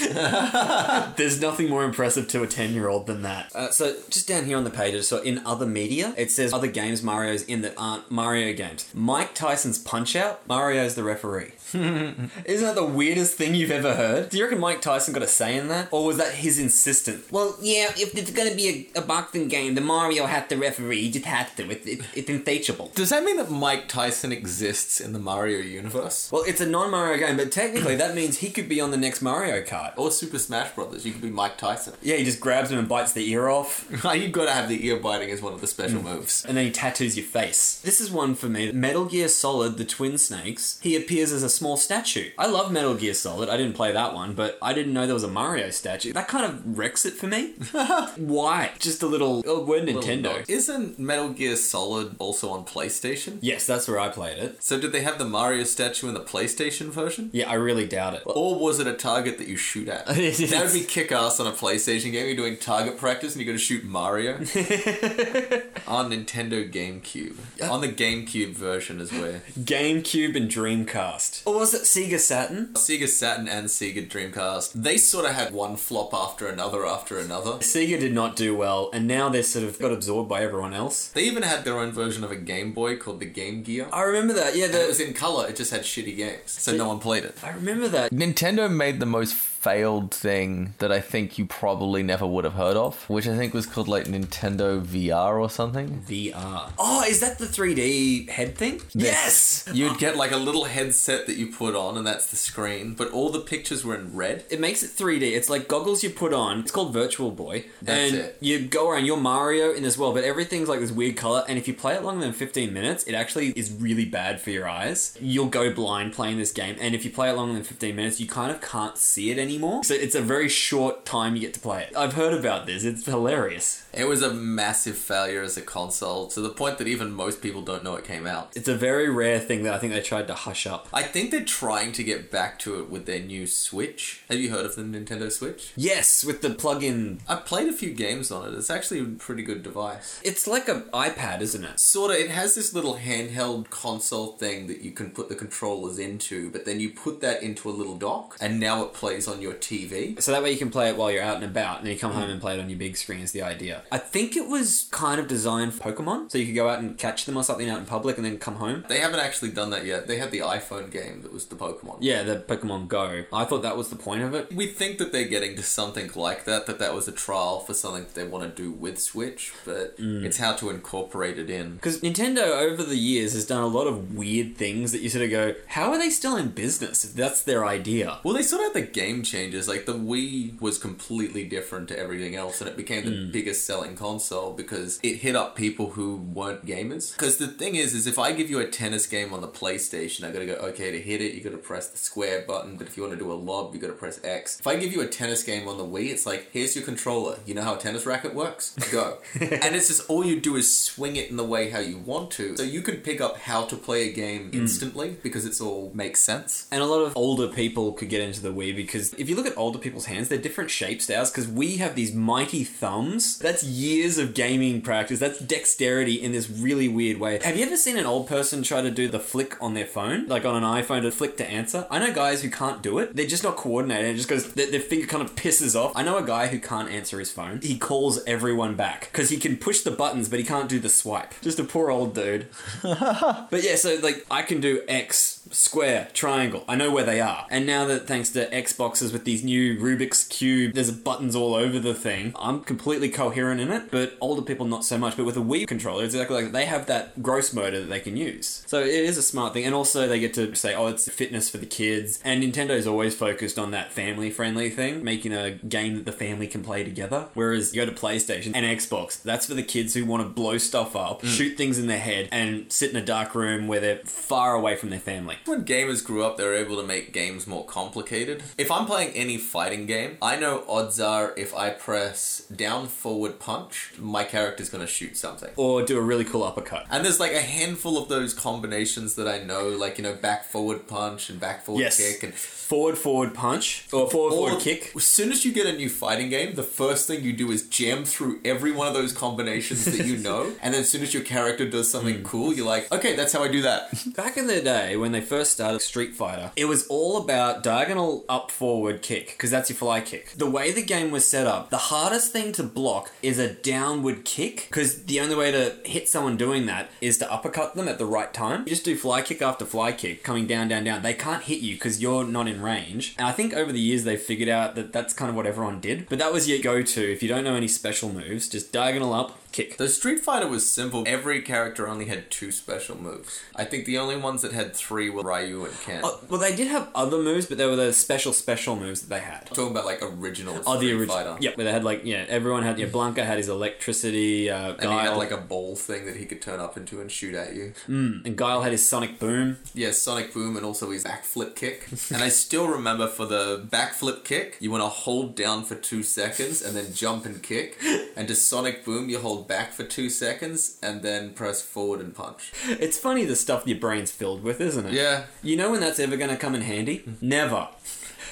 There's nothing more impressive to a 10 year old than that. Uh, so, just down here on the pages, so in other media, it says other games Mario's in that aren't Mario games. Mike Tyson's Punch Out, Mario's the referee. Isn't that the weirdest thing you've ever heard? Do you reckon Mike Tyson got a say in that? Or was that his insistence? Well, yeah, if it's gonna be a, a boxing game, the Mario had to referee. He just had to. It, it, it's insatiable. Does that mean that Mike Tyson exists in the Mario universe? Well, it's a non Mario game, but technically that means he could be on the next Mario Kart. Or Super Smash Brothers? You could be Mike Tyson. [LAUGHS] Yeah, he just grabs him and bites the ear off. [LAUGHS] you got to have the ear biting as one of the special moves. and then he tattoos your face. This is one for me. Metal Gear Solid, the Twin Snakes, he appears as a small statue. I love Metal Gear Solid. I didn't play that one, but I didn't know there was a Mario statue. That kind of wrecks it for me. [LAUGHS] Why? Just a little. Oh, we're Nintendo. Isn't Metal Gear Solid also on PlayStation? yes, that's where I played it. So did they have the Mario statue in the PlayStation version? Yeah, I really doubt it. Or was it a target that you [LAUGHS] shoot at? that would be kick ass on a PlayStation game. You're doing target practice and you're going to [LAUGHS] shoot Mario. [LAUGHS] on Nintendo GameCube. On the GameCube version is where [LAUGHS] GameCube and Dreamcast. Or was it Sega Saturn? Sega Saturn and Sega Dreamcast, they sort of had one flop after another after another. Sega did not do well, and now they're sort of got absorbed by everyone else. They even had their own version of a Game Boy called the Game Gear. I remember that. Yeah, And it was the, in color, it just had shitty games. So no one played it. I remember that. Nintendo made the most failed thing that I think you probably never would have heard of, which I think was called like Nintendo VR or something. VR. Oh, is that the 3D head thing? [LAUGHS] You'd get like a little headset that you put on, and and that's the screen, but all the pictures were in red. It makes it 3D. It's like goggles you put on. It's called Virtual Boy. That's and it. you go around, you're Mario in this world, but everything's like this weird color. And if you play it longer than 15 minutes, it actually is really bad for your eyes. You'll go blind playing this game. And if you play it longer than 15 minutes, you kind of can't see it anymore. So it's a very short time you get to play it. I've heard about this. It's hilarious. It was a massive failure as a console to the point that even most people don't know it came out. It's a very rare thing that I think they tried to hush up. I think they're trying to get back to it with their new Switch. Have you heard of the Nintendo Switch? Yes, with the plug-in. Uh, I played a few games on it. It's actually a pretty good device. It's like an iPad, isn't it? Sorta, it has this little handheld console thing that you can put the controllers into, but then you put that into a little dock, and now it plays on your TV. So that way you can play it while you're out and about, and then you come home and play it on your big screen. Is the idea? I think it was kind of designed for Pokemon, so you could go out and catch them or something out in public, and then come home. They haven't actually done that yet. They had the iPhone game that was the Pokemon. Yeah, the Pokemon Go. I thought that was the point of it. We think that they're getting to something like that, that that was a trial for something that they want to do with Switch, but it's how to incorporate it in. Because Nintendo over the years has done a lot of weird things that you sort of go, how are they still in business if that's their idea? Well, they sort of had the game changes. Like, the Wii was completely different to everything else, and it became the biggest selling console because it hit up people who weren't gamers. Because the thing is, is if I give you a tennis game on the PlayStation, I gotta go, okay, to hit it, you gotta press the square button, but if you wanna do a lob, you gotta press X. If I give you a tennis game on the Wii, it's like, here's your controller. You know how a tennis racket works? [LAUGHS] Go. and it's just all you do is swing it in the way how you want to. So you can pick up how to play a game instantly because it's all makes sense. Hmm. And a lot of older people could get into the Wii because if you look at older people's hands, they're different shapes to ours because we have these mighty thumbs. That's years of gaming practice. That's dexterity in this really weird way. Have you ever seen an old person try to do the flick on their phone? Like on an iPhone to flick to answer? I know guys who can't do it. They're just not coordinated. It just goes, their, their finger kind of pisses off. I know a guy who can't answer his phone. He calls everyone back because he can push the buttons, but he can't do the swipe. Just a poor old dude. But yeah, so like I can do X, square, triangle. I know where they are. And now that thanks to Xboxes with these new Rubik's Cube, there's buttons all over the thing, I'm completely coherent in it, but older people not so much. But with a Wii controller, it's exactly like they have that gross motor that they can use. So it is a smart thing. And also they get to say, oh, it's fitness for the kids. And Nintendo's always focused on that family friendly thing, making a game that the family can play together. Whereas you go to PlayStation and Xbox, that's for the kids who want to blow stuff up, Mm. shoot things in their head, and sit in a dark room where they're far away from their family. When gamers grew up, they were able to make games more complicated. If I'm playing any fighting game, I know odds are if I press down forward punch, my character's gonna shoot something. Or do a really cool uppercut. And there's like a handful of those combinations that I know, like, you know, back forward punch and back forward Yes. kick and Forward, forward punch. Or forward, All forward of- kick. As soon as you get a new fighting game, the first thing you do is jam through every one of those combinations [LAUGHS] that you know, and then as soon as your character does something Hmm. cool, you're like, okay, that's how I do that. Back in the day, when they first started Street Fighter, it was all about diagonal up forward kick, because that's your fly kick. The way the game was set up, the hardest thing to block is a downward kick, because the only way to hit someone doing that is to uppercut them at the right time. You just do fly kick after fly kick, coming down, down, down. They can't hit you because you're not in range. And I think over the years, they figured out that that's kind of what everyone did. But that was your go to. If you don't know any special moves, just diagonal up, kick. The Street Fighter was simple. Every character only had two special moves. I think the only ones that had three were Ryu and Ken. Oh, well, they did have other moves, but they were the special, special moves that they had. Talking about like original Street Oh, the Fighter. original. Yeah, where they had like yeah, everyone had yeah. Blanca had his electricity. Uh, And Guile, he had like a ball thing that he could turn up into and shoot at you. and Guile had his sonic boom. Yeah, Sonic Boom and also his backflip [LAUGHS] kick. and I still remember for the backflip kick, you want to hold down for two seconds and then jump [LAUGHS] and kick. And to Sonic Boom, you hold back for two seconds and then press forward and punch. It's funny the stuff your brain's filled with, isn't it? Yeah. Mm-hmm. You know when that's ever going to come in handy? Never.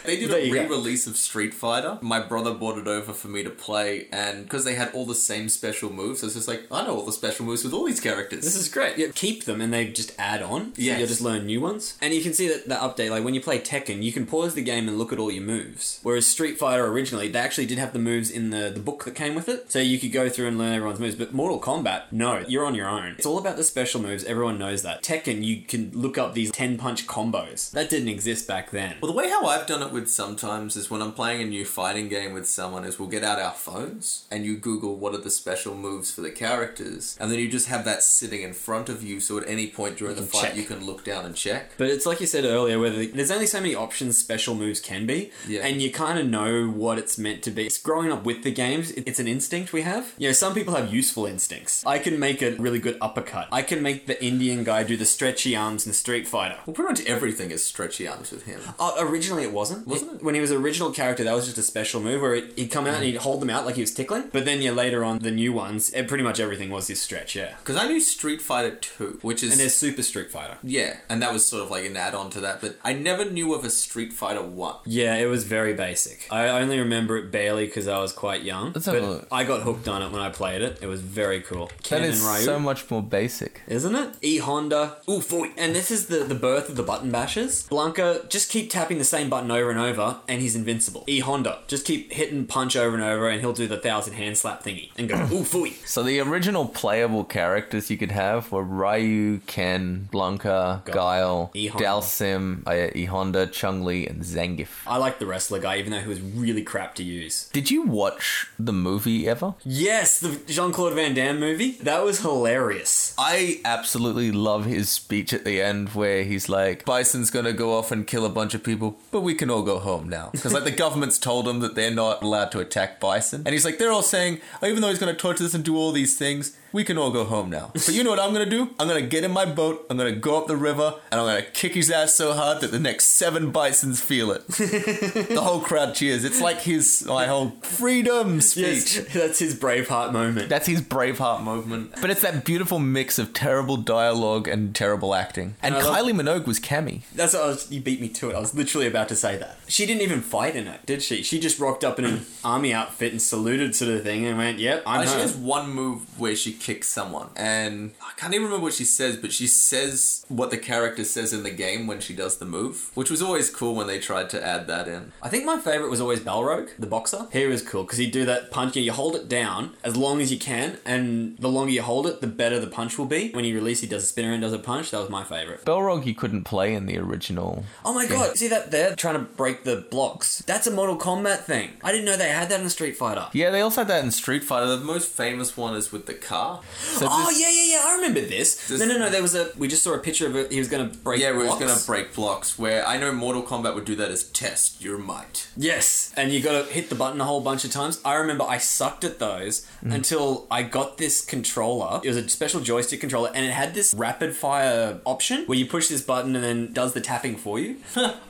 They did There a you go. re-release of Street Fighter. My brother bought it over for me to play, and because they had all the same special moves, I was just like, I know all the special moves with all these characters. This is great. Yeah, keep them and they just add on. Yeah. Yes. You'll just learn new ones. And you can see that the update, like when you play Tekken, you can pause the game and look at all your moves. Whereas Street Fighter originally, they actually did have the moves in the, the book that came with it. So you could go through and learn everyone's moves. But Mortal Kombat, no, you're on your own. It's all about the special moves. Everyone knows that. Tekken, you can look up these 10 punch combos. That didn't exist back then. well, the way how I've done it up with sometimes is when I'm playing a new fighting game with someone is we'll get out our phones and you Google what are the special moves for the characters, and then you just have that sitting in front of you, so at any point during the can fight check. you can look down and check. But it's like you said earlier, where the, there's only so many options special moves can be, Yeah. and you kind of know what it's meant to be. It's growing up with the games, it- it's an instinct we have. You know, some people have useful instincts. I can make a really good uppercut. I can make the Indian guy do the stretchy arms in Street Fighter. Well, pretty much everything is stretchy arms with him. e, Uh, originally, it wasn't. Wasn't it? When he was original character, that was just a special move where it, he'd come out and he'd hold them out like he was tickling. But then, yeah, later on, the new ones, it, pretty much everything was his stretch, yeah. Because I knew Street Fighter 2, which is And there's Super Street Fighter. Yeah, and that was sort of like an add on to that, but I never knew of a Street Fighter 1. Yeah, it was very basic. I only remember it barely because I was quite young. Let's have a But look. I got hooked on it when I played it. It was very cool. Ken That is and Ryu, so much more basic. isn't it? E Honda. Ooh, foy. And this is the, the birth of the button bashers. Blanca, just keep tapping the same button over and over, and he's invincible. E Honda, just keep hitting punch over and over, and he'll do the thousand hand slap thingy and go [COUGHS] ooh foy. So the original playable characters you could have were Ryu, Ken, Blanca, Guile, Guile, E-Honda. Dalsim, uh, yeah, E-Honda, Chun-Li, and Zangief. I like the wrestler guy, even though he was really crap to use. Did you watch the movie ever? Yes, the Jean Claude Van Damme movie. That was hilarious. I absolutely love his speech at the end where he's like, Bison's gonna go off and kill a bunch of people, but we can all go home now. Because, like, the government's told him that they're not allowed to attack Bison. And he's like, they're all saying, oh, even though he's gonna torture us and do all these things, we can all go home now. So, you know what I'm gonna do? I'm gonna get in my boat, I'm gonna go up the river, and I'm gonna kick his ass so hard that the next seven bisons feel it. the whole crowd cheers. It's like his, my whole freedom speech. Yes, [LAUGHS] that's his Braveheart moment. That's his Braveheart movement. But it's that beautiful mix of terrible dialogue and terrible acting. And, And I love- Kylie Minogue was Cammy. That's what I was, you beat me to it. I was literally about to say that. She didn't even fight in it, did she? She just rocked up in [CLEARS THROAT] an army outfit and saluted sort of thing and went, "Yep, I'm Uh, she her." has one move where she kicks someone, and I can't even remember what she says, but she says what the character says in the game when she does the move, which was always cool when they tried to add that in. I think my favorite was always Balrog, the boxer. He was cool because he'd do that punch. You, know, you hold it down as long as you can, and the longer you hold it, the better the punch will be. When you release, he does a spinner and does a punch. That was my favorite. Belrog you couldn't play in the original. Oh my god! See that there, trying to break the blocks. That's a Mortal Kombat thing. I didn't know they had that in Street Fighter. Yeah, they also had that in Street Street Fighter, the most famous one is with the car. Fighter. Oh yeah, yeah, yeah! I remember this. This- no, no, no. There was a. We just saw a picture of it. He was going to break. Yeah, where it's blocks. gonna break blocks. Where I know Mortal Kombat would do that as test your might. Yes, and you got to hit the button a whole bunch of times. I remember I sucked at those until I got this controller. It was a special joystick controller, and it had this rapid fire option where you push this button and then does the tapping for you.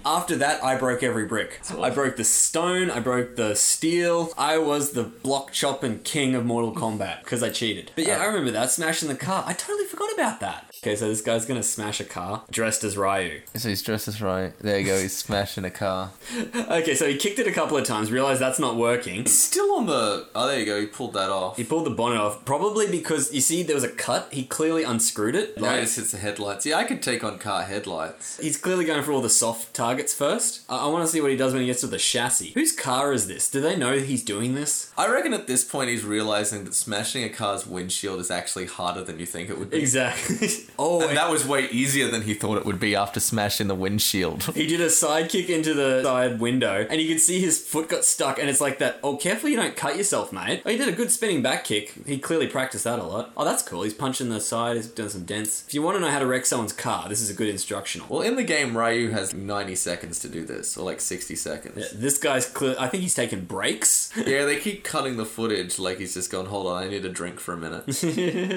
After that, I broke every brick. I broke the stone. I broke the steel. I was the block chopping king of Mortal Kombat because I cheated. But yeah, I remember that smashing the car. I totally forgot about that. Okay, so this guy's gonna smash a car dressed as Ryu. [LAUGHS] So his dress is right. There you go, he's [LAUGHS] smashing a car. Okay, so he kicked it a couple of times, realized that's not working. Still on the. Oh, there you go. He pulled that off. He pulled the bonnet off, probably because you see there was a cut. He clearly unscrewed it. Now he Like, just hits the headlights. Yeah, I could take on car headlights. he's clearly going for all the soft targets first. I, I want to see what he does when he gets to the chassis. Whose car is this? Do they know he's doing this? I reckon at this point he's realizing that smashing a car's windshield is actually harder than you think it would be. Exactly. [LAUGHS] oh, And that was way easier than he thought it would Would be after smashing the windshield. he did a side kick into the side window, and you could see his foot got stuck. And it's like that. Oh, careful you don't cut yourself, mate. Oh, he did a good spinning back kick. He clearly practiced that a lot. Oh, that's cool. He's punching the side. He's doing some dents. If you want to know how to wreck someone's car, this is a good instructional. [LAUGHS] Well, in the game, Ryu has 90 seconds to do this, or like 60 seconds. This guy's clear. I think he's taking breaks. [LAUGHS] Yeah. they keep cutting the footage like he's just gone, hold on, I need a drink for [LAUGHS] a minute.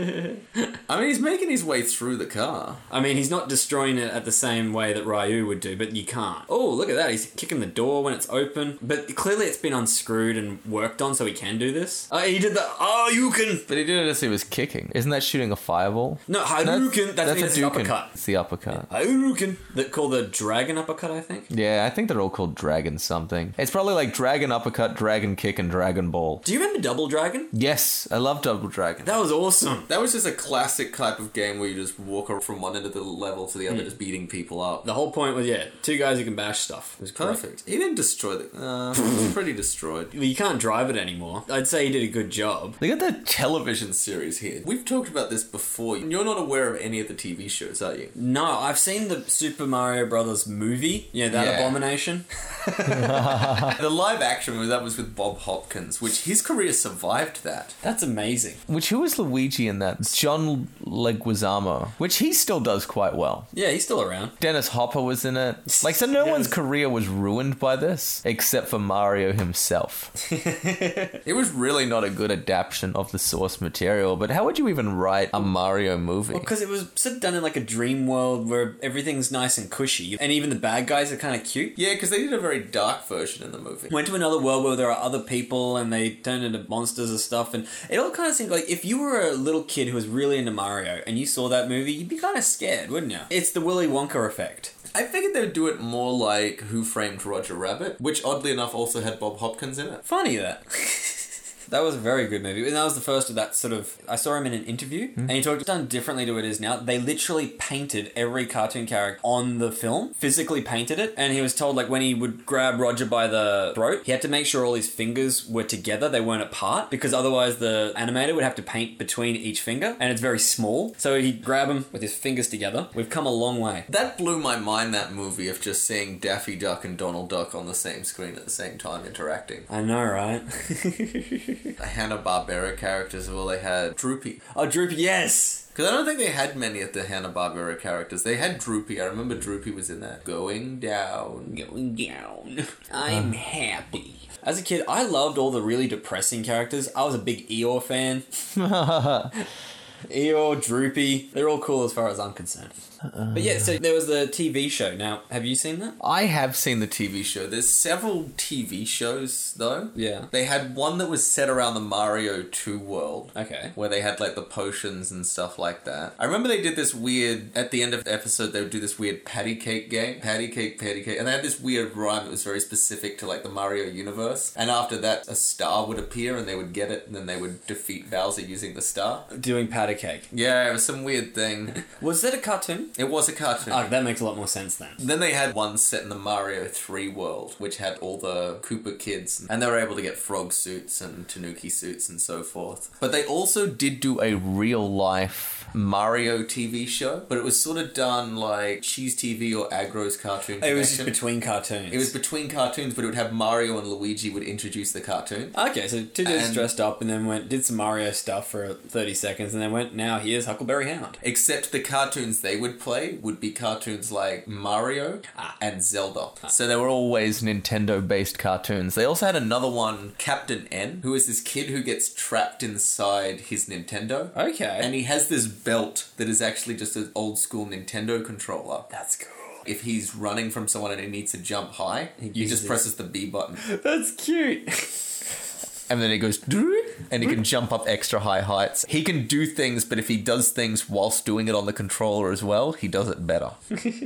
I mean, he's making his way through the car. I mean, he's not destroying it at the same way that Ryu would do, but you can't. Oh, look at that. He's kicking the door when it's open. But clearly it's been unscrewed and worked on so he can do this. Oh, he did the. Oh, you can. But he did it as he was kicking. Isn't that shooting a fireball? No, Hadouken. That's, that's, that's an Hadouken. uppercut. It's the uppercut. Hadouken. That called the dragon uppercut, I think. Yeah, I think they're all called dragon something. It's probably like dragon uppercut, dragon kick, and dragon ball. Do you remember Double Dragon? Yes, I love double dragon. That was awesome. That was just a classic type of game where you just walk ar- from one end of the level to the Hmm. other, just beating people up. The whole point was yeah, two guys who can bash stuff. It was great. Perfect. He didn't destroy the. Uh, [LAUGHS] he was pretty destroyed. You can't drive it anymore. I'd say he did a good job. They got the television series here. We've talked about this before. You're not aware of any of the TV shows, are [LAUGHS] you? No, I've seen the Super Mario Brothers movie. Yeah, that Yeah. abomination. the live action movie, that was with Bob Hopkins, which his career survived that. That's amazing. Which who was Luigi in that? John Leguizamo, which he still does quite well. Yeah, he's still around. Dennis Hopper was in it. Like, so no Yes. one's career was ruined by this except for Mario [LAUGHS] himself. it was really not a good adaptation of the source material, but how would you even write a Mario movie? Because it was sort of done in like a dream world where everything's nice and cushy, and even the bad guys are kind of cute. Yeah, because they did a very dark version in the movie. Went to another world where there are other people and they turn into monsters and stuff, and it all kind of seemed like if you were a little kid who was really into Mario and you saw that movie, you'd be kind of scared, wouldn't you? It's the Willy Wonka effect. I figured they'd do it more like Who Framed Roger Rabbit, which oddly enough also had Bob Hopkins in it. Funny that. [LAUGHS] That was a very good movie. And that was the first of that sort of. I saw him in an interview, and he talked done differently to what it is now. They literally painted every cartoon character on the film, physically painted it. And he was told, like, when he would grab Roger by the throat, he had to make sure all his fingers were together, they weren't apart, because otherwise the animator would have to paint between each finger, and it's very small. So he'd grab him with his fingers together. We've come a long way. That blew my mind, that movie, of just seeing Daffy Duck and Donald Duck on the same screen at the same time interacting. I know, right? [LAUGHS] The Hanna-Barbera characters, well, they had Droopy. oh, Droopy, yes! Because I don't think they had many of the Hanna-Barbera characters. They had Droopy. I remember Droopy was in that. Going down. going down. [LAUGHS] I'm Uh. happy. As a kid, I loved all the really depressing characters. I was a big Eeyore fan. [LAUGHS] Eeyore, Droopy, they're all cool as far as I'm concerned. But yeah, so there was the TV show. Now, have you seen that? I have seen the TV show. There's several TV shows, though. Yeah. They had one that was set around the Mario 2 world. Okay. where they had like the potions and stuff like that. I remember they did this weird at the end of the episode they would do this weird patty cake game, patty cake, patty cake, and they had this weird rhyme that was very specific to like the Mario universe. And after that, a star would appear and they would get it, and then they would defeat Bowser using the star. Doing Patty Cake. Yeah, it was some weird thing. [LAUGHS] Was that a cartoon? It was a cartoon. Oh, that makes a lot more sense then. then they had one set in the Mario 3 world, which had all the Koopa kids, and they were able to get frog suits and tanuki suits and so forth. But they also did do do a real life Mario TV show, but it was sort of done like Cheese TV or Agro's cartoon. It was just connection. between cartoons. It was between cartoons, but it would have Mario and Luigi would introduce the cartoon. Okay, so two dudes And- dressed up and then went, did some Mario stuff for 30 seconds and then went, now here's Huckleberry Hound. Except the cartoons they would play would be cartoons like Mario uh, Ah. and Zelda. So they were always Nintendo based cartoons. They They also also had another one, Captain N, who is this kid who gets trapped inside his Nintendo. Okay. And he has this belt that is actually just an old school Nintendo controller. That's cool. If he's running from someone and he needs to jump high, he uses just his- presses the B button. That's cute. and then he goes and he can jump up extra high heights. He can do things, but if he does things whilst doing it on the controller as well, he does it better.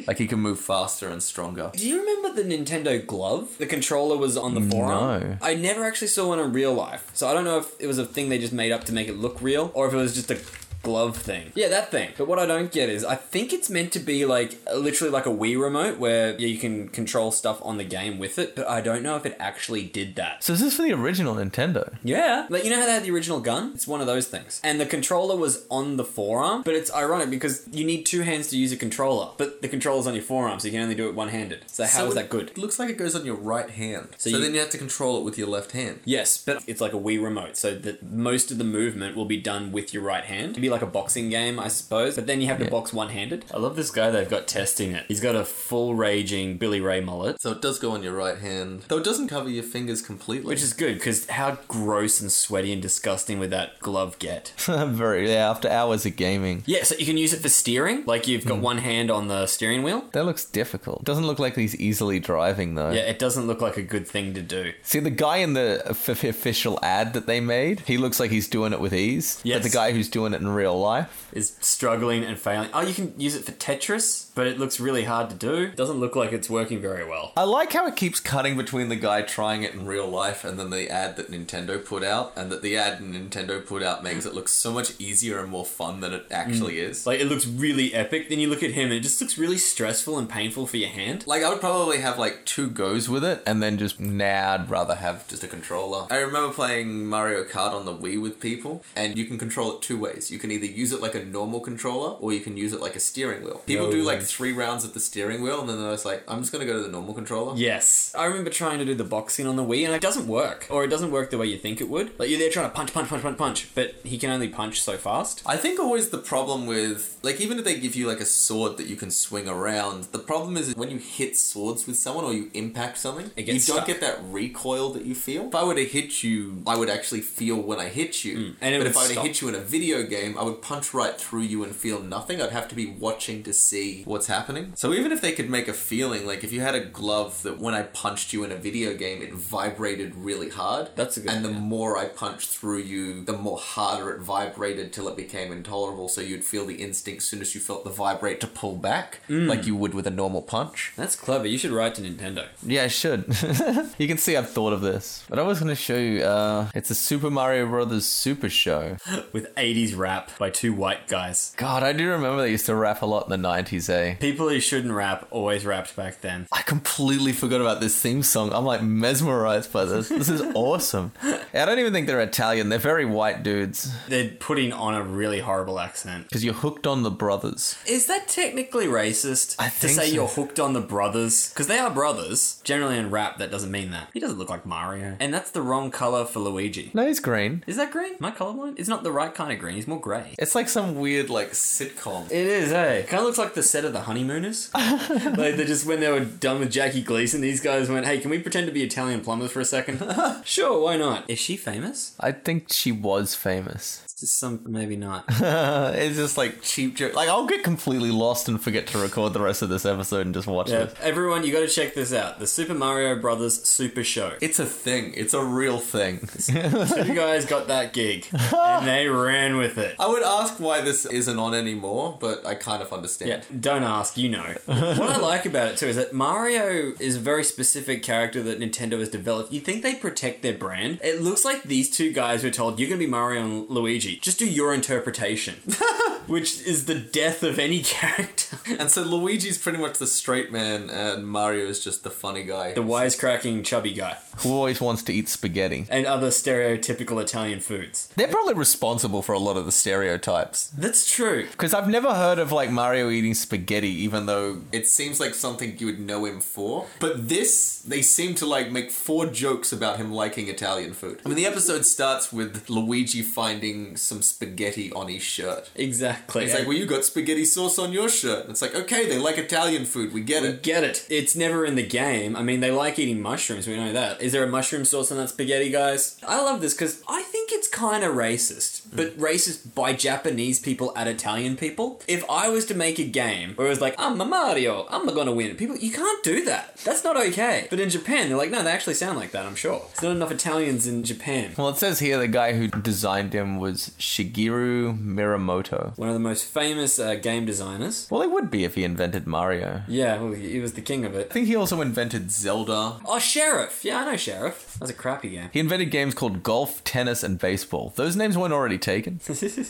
like he can move faster and stronger. Do you remember the Nintendo Glove? The controller was on the forearm. I never actually saw one in real life, so I don't know if it was a thing they just made up to make it look real, or if it was just a glove thing. Yeah, that thing. But what I don't get is, I think it's meant to be like literally like a Wii remote where you can control stuff on the game with it, but I don't know if it actually did that. So is this for the original Nintendo? Yeah. Like, you know how they had the original gun? It's one of those things. And the controller was on the forearm, but it's ironic because you need two hands to use a controller, but the controller's on your forearm, so you can only do it one handed. So, how is that good? It looks like it goes on your right hand. So, you- then you have to control it with your left hand. Yes, but it's like a Wii remote, so that most of the movement will be done with your right hand. It'd be like a boxing game, I suppose, but then you have to box one handed. I love this guy they've got testing it. He's got a full raging Billy Ray mullet. So it does go on your right hand, though it doesn't cover your fingers completely. Which is good because how gross and sweaty and disgusting would that glove get? [LAUGHS] Very yeah, after hours of gaming. Yeah, so you can use it for steering. Like you've got one hand on the steering wheel. That looks difficult. Doesn't look like he's easily driving though. Yeah, it doesn't look like a good thing to do. See the guy in the f- official ad that they made, he looks like he's doing it with ease. Yes. But the guy who's doing it in real life. is struggling and failing. Oh, you can use it for Tetris, but it looks really hard to do. Doesn't look like it's working very well. I like how it keeps cutting between the guy trying it in real life and then the ad that Nintendo put out, and that the ad Nintendo put out makes it look so much easier and more fun than it actually is. Like it looks really epic, then you look at him and it just looks really stressful and painful for your hand. Like I would probably have like two goes with it, and then just nah, I'd rather have just a controller. I remember playing Mario Kart on the Wii with people, and you can control it two ways. You can either use it like a normal controller, or you can use it like a steering wheel. People No do like way. three rounds of the steering wheel, and then they're just like, I'm just gonna go to the normal controller. Yes. I remember trying to do the boxing on the Wii and it doesn't work. Or it doesn't work the way you think it would. Like you're there trying to punch, punch, punch, punch, punch, but he can only punch so fast. I think always the problem with like even if they give you like a sword that you can swing around, the problem is when you hit swords with someone or you impact something, It you gets don't stuck. get that recoil that you feel. If I were to hit you, I would actually feel when I hit you. Mm. and it but would if I were to stop. hit you in a video game, I would punch right through you and feel nothing. I'd have to be watching to see what's happening. So even if they could make a feeling, like if you had a glove that when I punched you in a video game, it vibrated really hard. That's a good And the idea. more I punched through you, the more harder it vibrated till it became intolerable. So you'd feel the instinct soon as you felt the vibrate to pull back, like you would with a normal punch. That's clever. You should write to Nintendo. Yeah, I should. [LAUGHS] you can see I've thought of this, but I was going to show you. Uh, it's a Super Mario Brothers Super Show. With 80s rap by two white guys. God, I do remember they used to rap a lot in the '90s, eh? People who shouldn't rap always rapped back then. I completely forgot about this theme song. I'm like mesmerized by this. This is awesome. I don't even think they're Italian. They're very white dudes They're putting on a really horrible accent. because you're hooked on the brothers. Is that technically racist I to think say so. you're hooked on the brothers? Because they are brothers. Generally in rap, that doesn't mean that. He doesn't look like Mario. And that's the wrong color for Luigi. No, he's green. Is that green? Am I colorblind? It's not the right kind of green. He's more grey. It's like some weird like sitcom. It is, hey. Kind of looks like the set of the [LAUGHS] Honeymooners. like they just when they were done with Jackie Gleason, these guys went, "Hey, can we pretend to be Italian plumbers for a [LAUGHS] second? sure, why not? Is she famous? I think she was famous. [LAUGHS] It's just some maybe not. it's just like cheap joke. Like I'll get completely lost and forget to record the rest of this episode and just [LAUGHS] watch yeah. it. Everyone, you got to check this out: the Super Mario Brothers Super Show. It's a thing. It's a real thing. [LAUGHS] [LAUGHS] Two guys got that gig, and they ran with it. I would ask why this isn't on anymore, but I kind of understand. Yeah, don't ask, you know. what I like about it too is that Mario is a very specific character that Nintendo has developed. You think they protect their brand? It looks like these two guys were told, you're going to be Mario and Luigi. Just do your interpretation. [LAUGHS] Which is the death of any [LAUGHS] character. And so Luigi's pretty much the straight man, and Mario is just the funny guy. the wisecracking chubby guy. who always wants to eat spaghetti. And other stereotypical Italian foods. They're probably responsible for a lot of the stereotypes. That's true. Because I've never heard of like Mario eating spaghetti, even though it seems like something you would know him for. But this, they seem to like make four jokes about him liking Italian food. I mean, the episode starts with Luigi finding some spaghetti on his shirt. Exactly. It's like, well, you got spaghetti sauce on your shirt. And It's like, okay, they like Italian food. We get it. Get it. It's never in the game. I mean, they like eating mushrooms. We know that. Is there a mushroom sauce on that spaghetti, guys? I love this because I think it's kind of racist, but racist by Japanese people at Italian people. If I was to make a game where it was like, I'm a Mario, I'm gonna win, people, you can't do that. That's not okay. But in Japan, they're like, no, they actually sound like that, I'm sure. There's not enough Italians in Japan. [LAUGHS] Well, it says here the guy who designed him was Shigeru Miramoto. One of the most famous uh, game designers. Well, it would be if he invented Mario. Yeah, well, he he was the king of I it. think he also invented Zelda. Oh, Sheriff. Yeah, I know Sheriff. That's a crappy game. He invented games called golf, tennis, and baseball. Those names weren't [LAUGHS] already taken.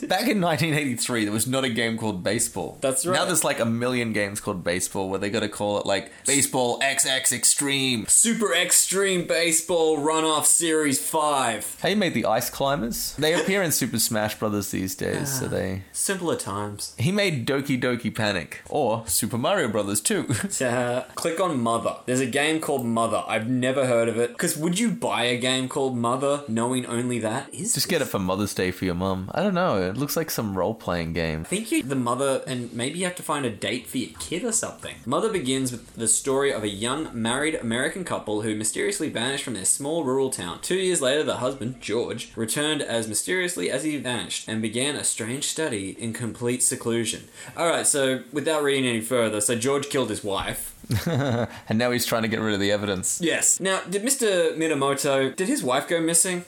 Back in 1983, there was not a game called baseball. That's right. Now there's like a million games called baseball where they got to call it like baseball XX Extreme. Super Extreme Baseball Runoff Series 5. Hey, made the Ice Climbers. They appear in Super Smash Brothers these days, Ah. so they. Simpler times. He made Doki Doki Panic or Super Mario Brothers too. [LAUGHS] Uh, click on Mother. There's a game called Mother. I've never heard of it. Because would you buy a game called Mother knowing only that? Is Just get it for Mother's Day for your mum. I don't know. It looks like some role [LAUGHS] playing game. I think you the mother, and maybe you have to find a date for your kid or something. Mother begins with the story of a young married American couple who mysteriously vanished from their small rural town. Two years later, the husband, George, returned as mysteriously as he vanished and began a strange study in complete seclusion. Alright, so without reading any further, so George killed his wife. And now he's trying to get rid of the evidence. Yes. Now, did Mr. Minamoto, did his wife go missing?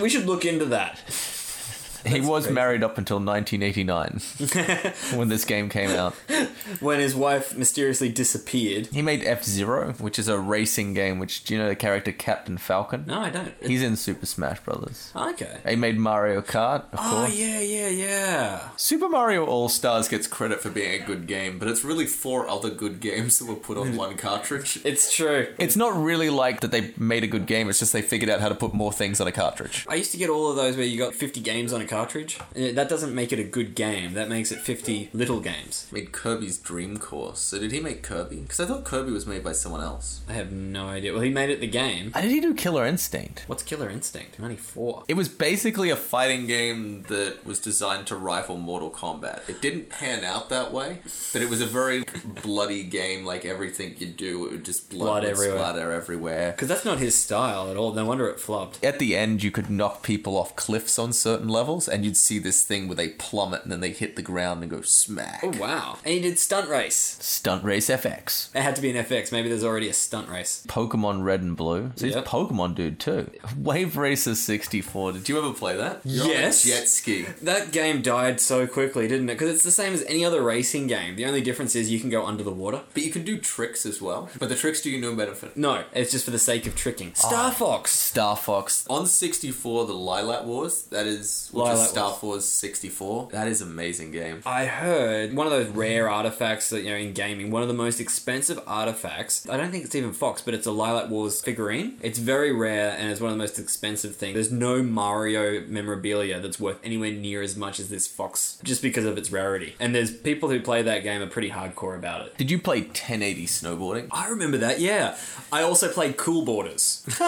we should look into that. he was married up until [LAUGHS] 1989 when this game came out. when his wife mysteriously disappeared. He made F Zero, which is a racing game. Which do you know the character Captain Falcon? No, I don't. He's in Super Smash Brothers. okay. He made Mario Kart, of Oh course. yeah, yeah, yeah. Super Mario All Stars gets Credit for being a good game, but it's really four other good games that were put [LAUGHS] on one cartridge. It's true. It's not really like that they made a good game, it's just they figured out how to put more things on a cartridge. I used to get all of those where you got 50 games on a cartridge. Uh, That doesn't make it a good game. That makes it 50 little games. Made Kirby's Dream Course. So did he make Kirby? Because I thought Kirby was made by someone else. I have no idea. Well, he made it the game. How did he do Killer Instinct? What's Killer Instinct? 94. It was basically a fighting game that was designed to rival Mortal Kombat. It didn't pan out that way, but it was a very bloody game. Like everything you do, it would just blood, Blood would everywhere. splatter everywhere. Because that's not his style at all. No wonder it flopped. At the end, you could knock people off cliffs on certain levels, and you'd see this thing where they plummet and then they hit the ground and go smack. Oh, wow. And he did Stunt Race. Stunt Race FX. It had to be an FX. Maybe there's already a Stunt Race. Pokemon Red and Blue. So he's Yep. Pokemon dude too. Wave Racer 64. Did Do you ever play that? on a Yes. jet ski. That game died so quickly, didn't it? Because it's the same as any other racing game. The only difference is you can go under the water. But you can do tricks as well. But the tricks do you no benefit. No, it's just for the sake of tricking. Star Fox. Star Fox. On 64, the Lilac Wars, that is, which Lilac is Star Wars. Force 64. That is amazing game. I heard one of those rare artifacts that you know in gaming, one of the most expensive artifacts. I don't think it's even Fox, but it's a Lilac Wars figurine. It's very rare and it's one of the most expensive things. There's no Mario memorabilia that's worth anywhere near as much as this Fox, just because of its rarity. And there's people who play that game are pretty hardcore about it. Did you play 1080 snowboarding? I remember that, yeah. I also played Cool Borders, [LAUGHS]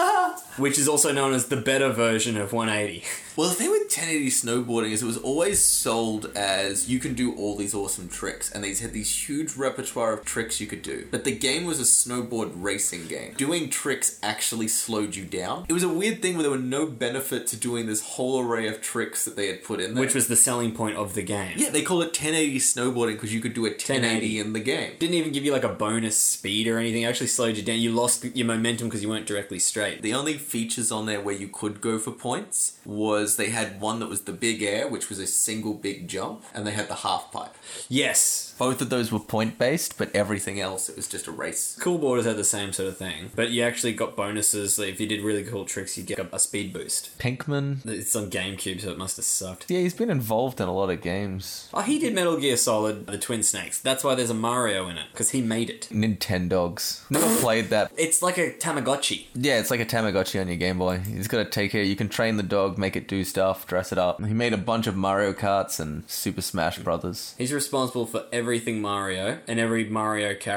which is also known as the better version of 180. Well, the thing with 1080 snowboarding is it was always sold as you can do all these awesome tricks, and these had these huge repertoire of tricks you could do. But the game was a snowboard racing game. Doing tricks actually slowed you down. It was a weird thing where there were no benefit to doing this whole array of tricks that they had put in there. Which was the selling point of the game. yeah, they called it 1080 snowboarding because you could do a 1080 in the game. Didn't even give you like a bonus speed or anything. It actually slowed you down. You lost your momentum because you weren't directly straight. The only features on there where you could go for points was they had one that was the big air, which was a single big jump, and they had the half pipe. Yes. Both of those were point based, but Everything else, it was just a race. Cool Borders had the same sort of thing, but you actually got bonuses. Like if you did really cool tricks, you get a speed boost. Pinkman. It's on GameCube, so it must have sucked. Yeah, he's been involved in a lot of games. Oh, he did Metal Gear Solid, The Twin Snakes. That's why there's a Mario in it, because he made it. Nintendogs. [GASPS] Never played that. It's like a Tamagotchi. Yeah, it's like a Tamagotchi on your Game Boy. He's got to take it. You can train the dog, make it do stuff, dress it up. He made a bunch of Mario Karts and Super Smash Brothers. He's responsible for everything Mario and every Mario character.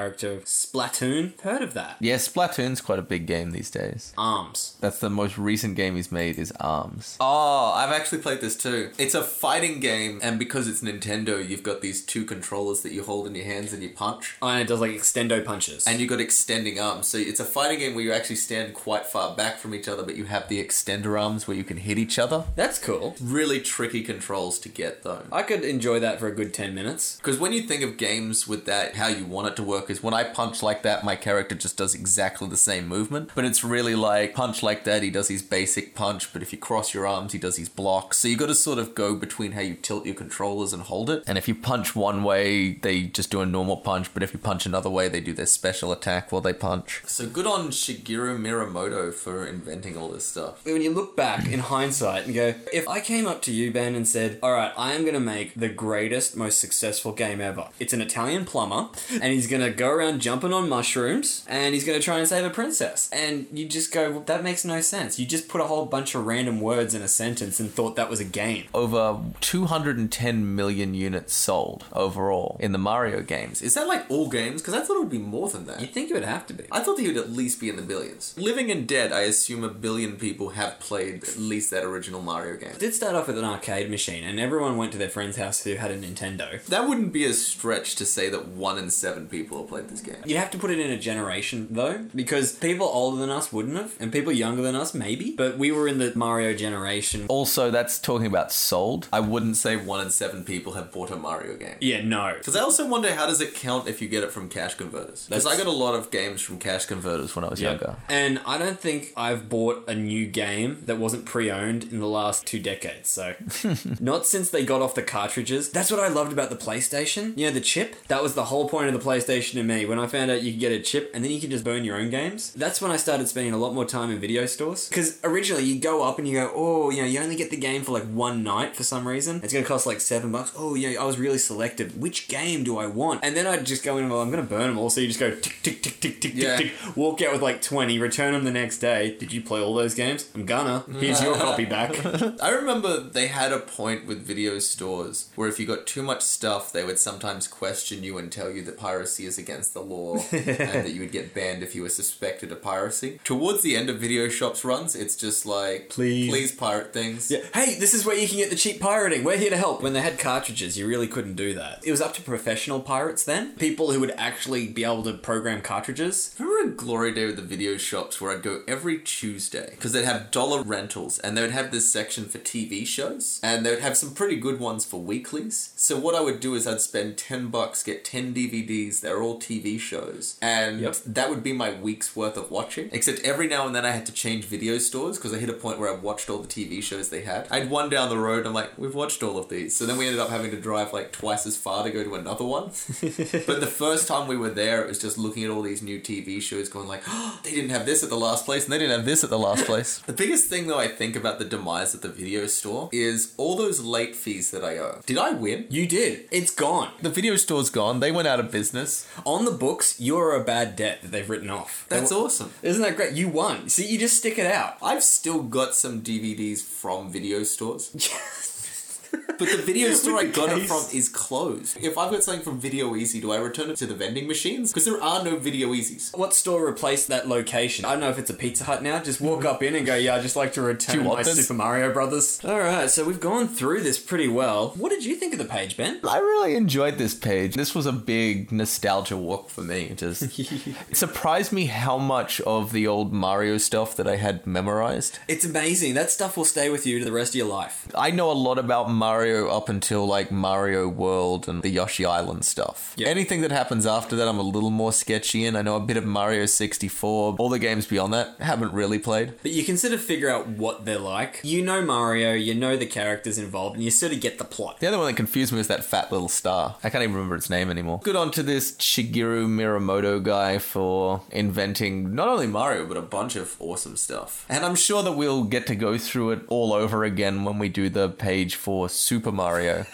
Splatoon? Heard of that? Yeah, Splatoon's quite a big game these days. Arms. That's the most recent game he's made is Arms. Oh, I've actually played this too. It's a fighting game, and because it's Nintendo, you've got these two controllers that you hold in your hands and you punch. Oh, and it does like extendo punches. And you've got extending arms. So it's a fighting game where you actually stand quite far back from each other, but you have the extender arms where you can hit each other. That's cool. Really tricky controls to get though. I could enjoy that for a good 10 minutes. Because when you think of games with that, how you want it to work is when I punch like that, my character just does exactly the same movement. But it's really like punch like that, he does his basic punch, but if you cross your arms, he does his blocks. So you got to sort of go between how you tilt your controllers and hold it. And if you punch one way, they just do a normal punch, but if you punch another way, they do their special attack while they punch. So good on Shigeru Miyamoto for inventing all this stuff. When you look back in hindsight and go, if I came up to you, Ben, and said, All right, I am going to make the greatest, most successful game ever. It's an Italian plumber, and he's going to go around jumping on mushrooms, and he's going to try and save a princess. And you just go, well, That makes no sense. You just put a whole bunch of random words in a sentence and thought that was a game. Over 210 million units sold overall in the Mario games. Is that like all games? Because I thought it would be more than that. You'd think it would have to be. I thought he would at least be in the billions. Living and dead, I assume a billion people have played at least that original Mario game. did start off with an arcade machine, and everyone went to their friend's house who had a Nintendo. That wouldn't be a stretch stretch to say that one in seven people have played this game. You'd have to put it in a generation though, because people older than us wouldn't have, and people younger than us maybe. But we were in the Mario generation. Also, that's talking about sold. I wouldn't say one in seven people have bought a Mario game. Yeah, no. Because I also wonder how does it count if you get it from cash converters? Because I That's- got a lot of games from cash converters when I was younger. And I don't think I've bought a new game that wasn't pre owned in the last two decades. So, not since they got off the cartridges. That's what I loved about the PlayStation. You know, the chip? That was the whole point of the PlayStation to me. When I found out you could get a chip and then you could just burn your own games, that's when I started spending a lot more time in video stores. Because originally you go up and you go, oh, you know, you only get the game for like one night for some reason. It's going to cost like seven bucks. Oh, yeah, I was really selective. Which game do I want? And then I'd just go in and well, I'm going to burn them all. So you just go tick, tick, tick, tick, tick, Yeah. tick, tick walk out with like 20, return them the next day. Did you play all those games? I'm gonna. Here's your copy back. I remember they had a point with video stores where if you got too much stuff, they would sometimes question you and tell you that piracy is against the law and that you would get banned if you were suspected of piracy. Towards the end of video shops runs, it's just like, Please. please pirate things. Yeah. Hey, this is where you can get the cheap pirating. We're here to help. When they had cartridges, you really couldn't do that. It was up to professional pirates then. People who would actually be able to program cartridges. I remember a glory day with the video shops where I'd go every Tuesday because they'd have dollar rentals and they would have this section for TV shows and they would have some pretty good ones for weeklies. So what I would do is I'd spend 10 bucks, get 10 DVDs, they're all TV shows, and Yep. that would be my week's worth of watching. Except every now and then I had to change video stores because I hit a point where I watched all the TV shows they had. I'd one down the road, I'm like, we've watched all of these. So then we ended up having to drive like twice as far to go to [LAUGHS] another one. But the first time we were there, it was just looking at all these new TV shows, going like, oh, they didn't have this at the last place, and they didn't have this at the last [LAUGHS] place. the biggest thing, though, I think about the demise of the video store is all those late fees that I owe. Did I win? You did. It's gone. The video store's gone. They went out of business. On the books, you're a bad debt that they've written off. That's all. awesome. Isn't that great? You won. See, you just stick it out. I've still got some DVDs from video stores. [LAUGHS] But the video store I With the got it case. from is closed. If I've got something from Video Easy, do I return it to the vending machines? Because there are no Video Easies. What store replaced that location? I don't know if it's a Pizza Hut now. Just walk up in and go, yeah, I just like to Mm-hmm. Do return you want my this? Super Mario Brothers. All right, so we've gone through this pretty well. What did you think of the page, Ben? I really enjoyed this page. This was a big nostalgia walk for me. It [LAUGHS] Just it surprised me how much of the old Mario stuff that I had memorized. It's amazing. That stuff will stay with you to the rest of your life. I know a lot about Mario up until like Mario World and the Yoshi Island stuff. Yeah. Anything that happens after that, I'm a little more sketchy in. I know a bit of Mario 64. All the games beyond that, haven't really played. But you can sort of figure out what they're like. You know Mario, you know the characters involved, and you sort of get the plot. The other one that confused me was that fat little star. I can't even remember its name anymore. Good on to this Shigeru Miyamoto guy for inventing not only Mario, but But a bunch of awesome stuff. and I'm sure that we'll get to go through it all over again when we do the page for Super Mario,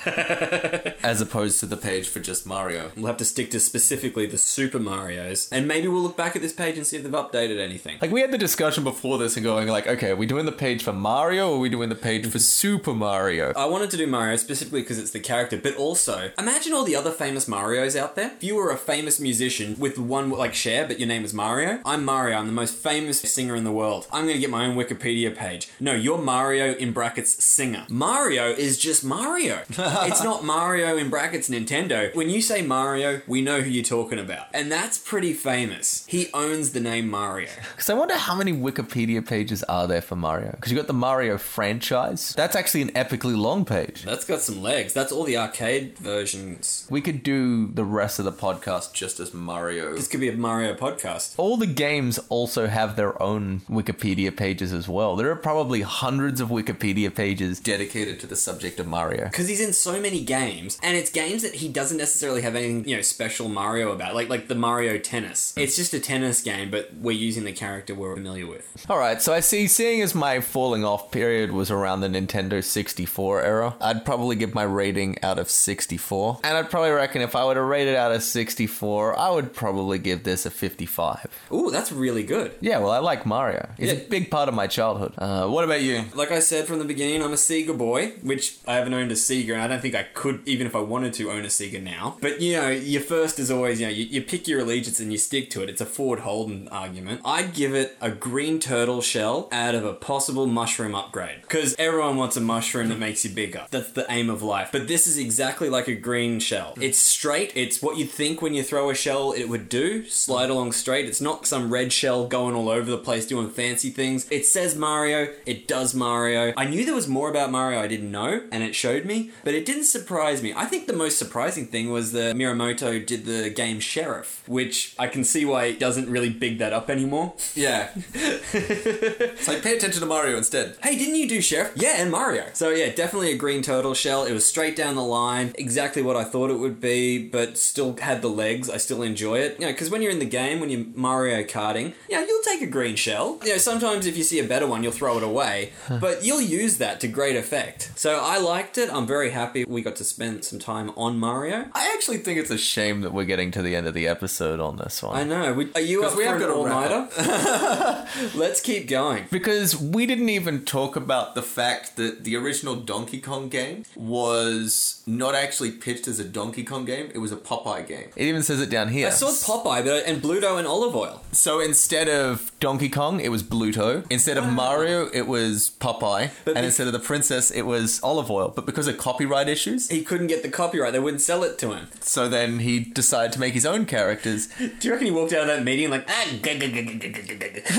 as opposed to the page. Page for just Mario. We'll have to stick to specifically the Super Marios, and maybe we'll look back at this page and see if they've updated anything. Like we had the discussion before this and going like, okay, are we doing the page for Mario or are we doing the page for Super Mario? I wanted to do Mario specifically because it's the character, but also imagine all the other famous Marios out there. If you were a famous musician with one like Cher, but your name is Mario, I'm Mario. I'm the most famous singer in the world. I'm gonna get my own Wikipedia page. No, you're Mario in brackets singer. Mario is just Mario. it's not Mario in brackets Nintendo. When you say Mario, we know who you're talking about, and that's pretty famous. He owns the name Mario. Because I wonder how many Wikipedia pages are there for Mario? Because you got the Mario franchise. That's actually an epically long page. That's got some legs. That's all the arcade versions. We could do the rest of the podcast. Just as Mario. This could be a Mario podcast. All the games also have their own Wikipedia pages as well. There are probably hundreds of Wikipedia pages dedicated to the subject of Mario. Mario. because he's in so many games, and it's games that he doesn't necessarily have anything you know special Mario about, like like the Mario Tennis. It's just a tennis game, but we're using the character we're familiar with. All right, so I see. Seeing as my falling off period was around the Nintendo 64 era, I'd probably give my rating out of 64, and I'd probably reckon if I were to rate it out of 64, I would probably give this a 55. Ooh, that's really good. Yeah, well, I like Mario. He's a Yeah. big part of my childhood. Uh, what about you? Like I said from the beginning, I'm a Sega boy, which I haven't owned a Sega, and I don't think I could, even if I wanted to, own a Sega now. But you know, your first is always you know you, you pick your allegiance and you stick to it. It's a Ford Holden argument. I'd give it a green turtle shell out of a possible mushroom upgrade because everyone wants a mushroom that makes you bigger. That's the aim of life. But this is exactly like a green shell. It's straight. It's what you think when you throw a shell it would do. Slide along straight. It's not some red shell going all over the place doing fancy things. It says Mario. It does Mario. I knew there was more about Mario I didn't know, and it showed me, but it didn't surprise me. I think the most surprising thing was that Miramoto did the game Sheriff, which I can see why it doesn't really big that up anymore. [LAUGHS] Yeah. it's like pay attention to Mario instead. Hey, didn't you do Sheriff? Yeah, and Mario. So yeah, definitely a green turtle shell. It was straight down the line, exactly what I thought it would be, but still had the legs. I still enjoy it. You know, because when you're in the game, when you're Mario karting, yeah, you'll take a green shell. You know, sometimes if you see a better one, you'll throw it away, but you'll use that to great effect. So I liked it. I'm very happy we got to spend some time on Mario. I actually think it's a shame that we're getting to the end of the episode on this one. I know. We, are you up we for have an got to wrap all-nighter? [LAUGHS] Let's keep going. because we didn't even talk Talk about the fact that the original Donkey Kong game was not actually pitched as a Donkey Kong game, it was a Popeye game. it even says it down here I saw Popeye but, and Bluto and olive oil. so instead of donkey kong it was bluto instead Ah. of mario it was popeye and be- instead of the princess it was olive oil but because of copyright issues He couldn't get the copyright. They wouldn't sell it to him. so then he decided to make his own characters Do you reckon he walked out of that meeting like, ah, g- g- g- g- g- g- g- g-"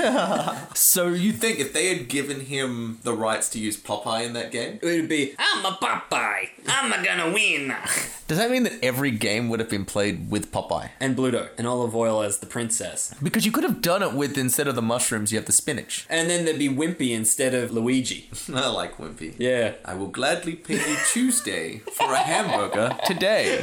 So you think if they had given him the rights to use Popeye in that game? it would be, I'm a Popeye. I'm a gonna win. does that mean that every game would have been played with popeye And Bluto and olive oil as the princess. because you could have done it with instead of the mushrooms you have the spinach And then there'd be Wimpy instead of Luigi. [LAUGHS] I like Wimpy. Yeah. I will gladly pay you Tuesday for a hamburger. today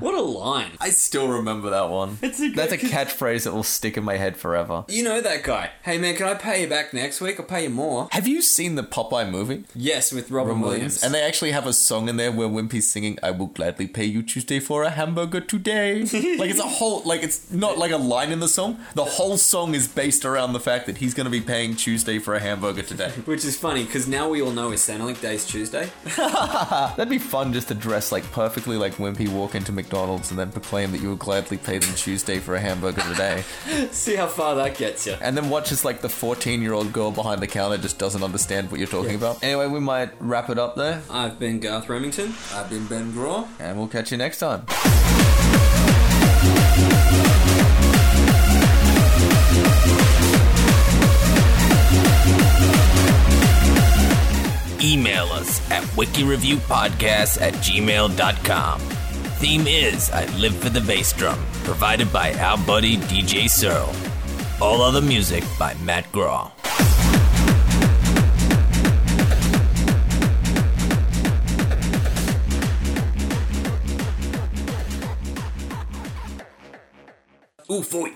What a line. I still remember that one. It's a that's a catchphrase that will stick in my head forever You know that guy. Hey man, can I pay you back next week? I'll pay you more. have you seen the popeye movie Yes, with Robin, Williams. And they actually have a song in there where Wimpy's singing, I will gladly pay you Tuesday for a hamburger today. [LAUGHS] like it's a whole like it's not like a line in the song. The whole song is based around the fact that he's gonna be paying Tuesday for a hamburger today. Which is funny because now we all know it's Centrelink Days Tuesday. [LAUGHS] That'd be fun just to dress like perfectly like Wimpy walk into McDonald's and then proclaim that you will gladly pay them Tuesday for a hamburger today. See how far that gets you. And then watch as like the 14 year old girl behind the counter just doesn't understand what you're talking about. Anyway, we might wrap it up there I've been Garth Remington. I've been Ben Graw. and we'll catch you next time. Email us at wikireviewpodcast at gmail.com. Theme is I Live for the Bass Drum, provided by our buddy DJ Searle. All other music by Matt Graw. Ooh, foy.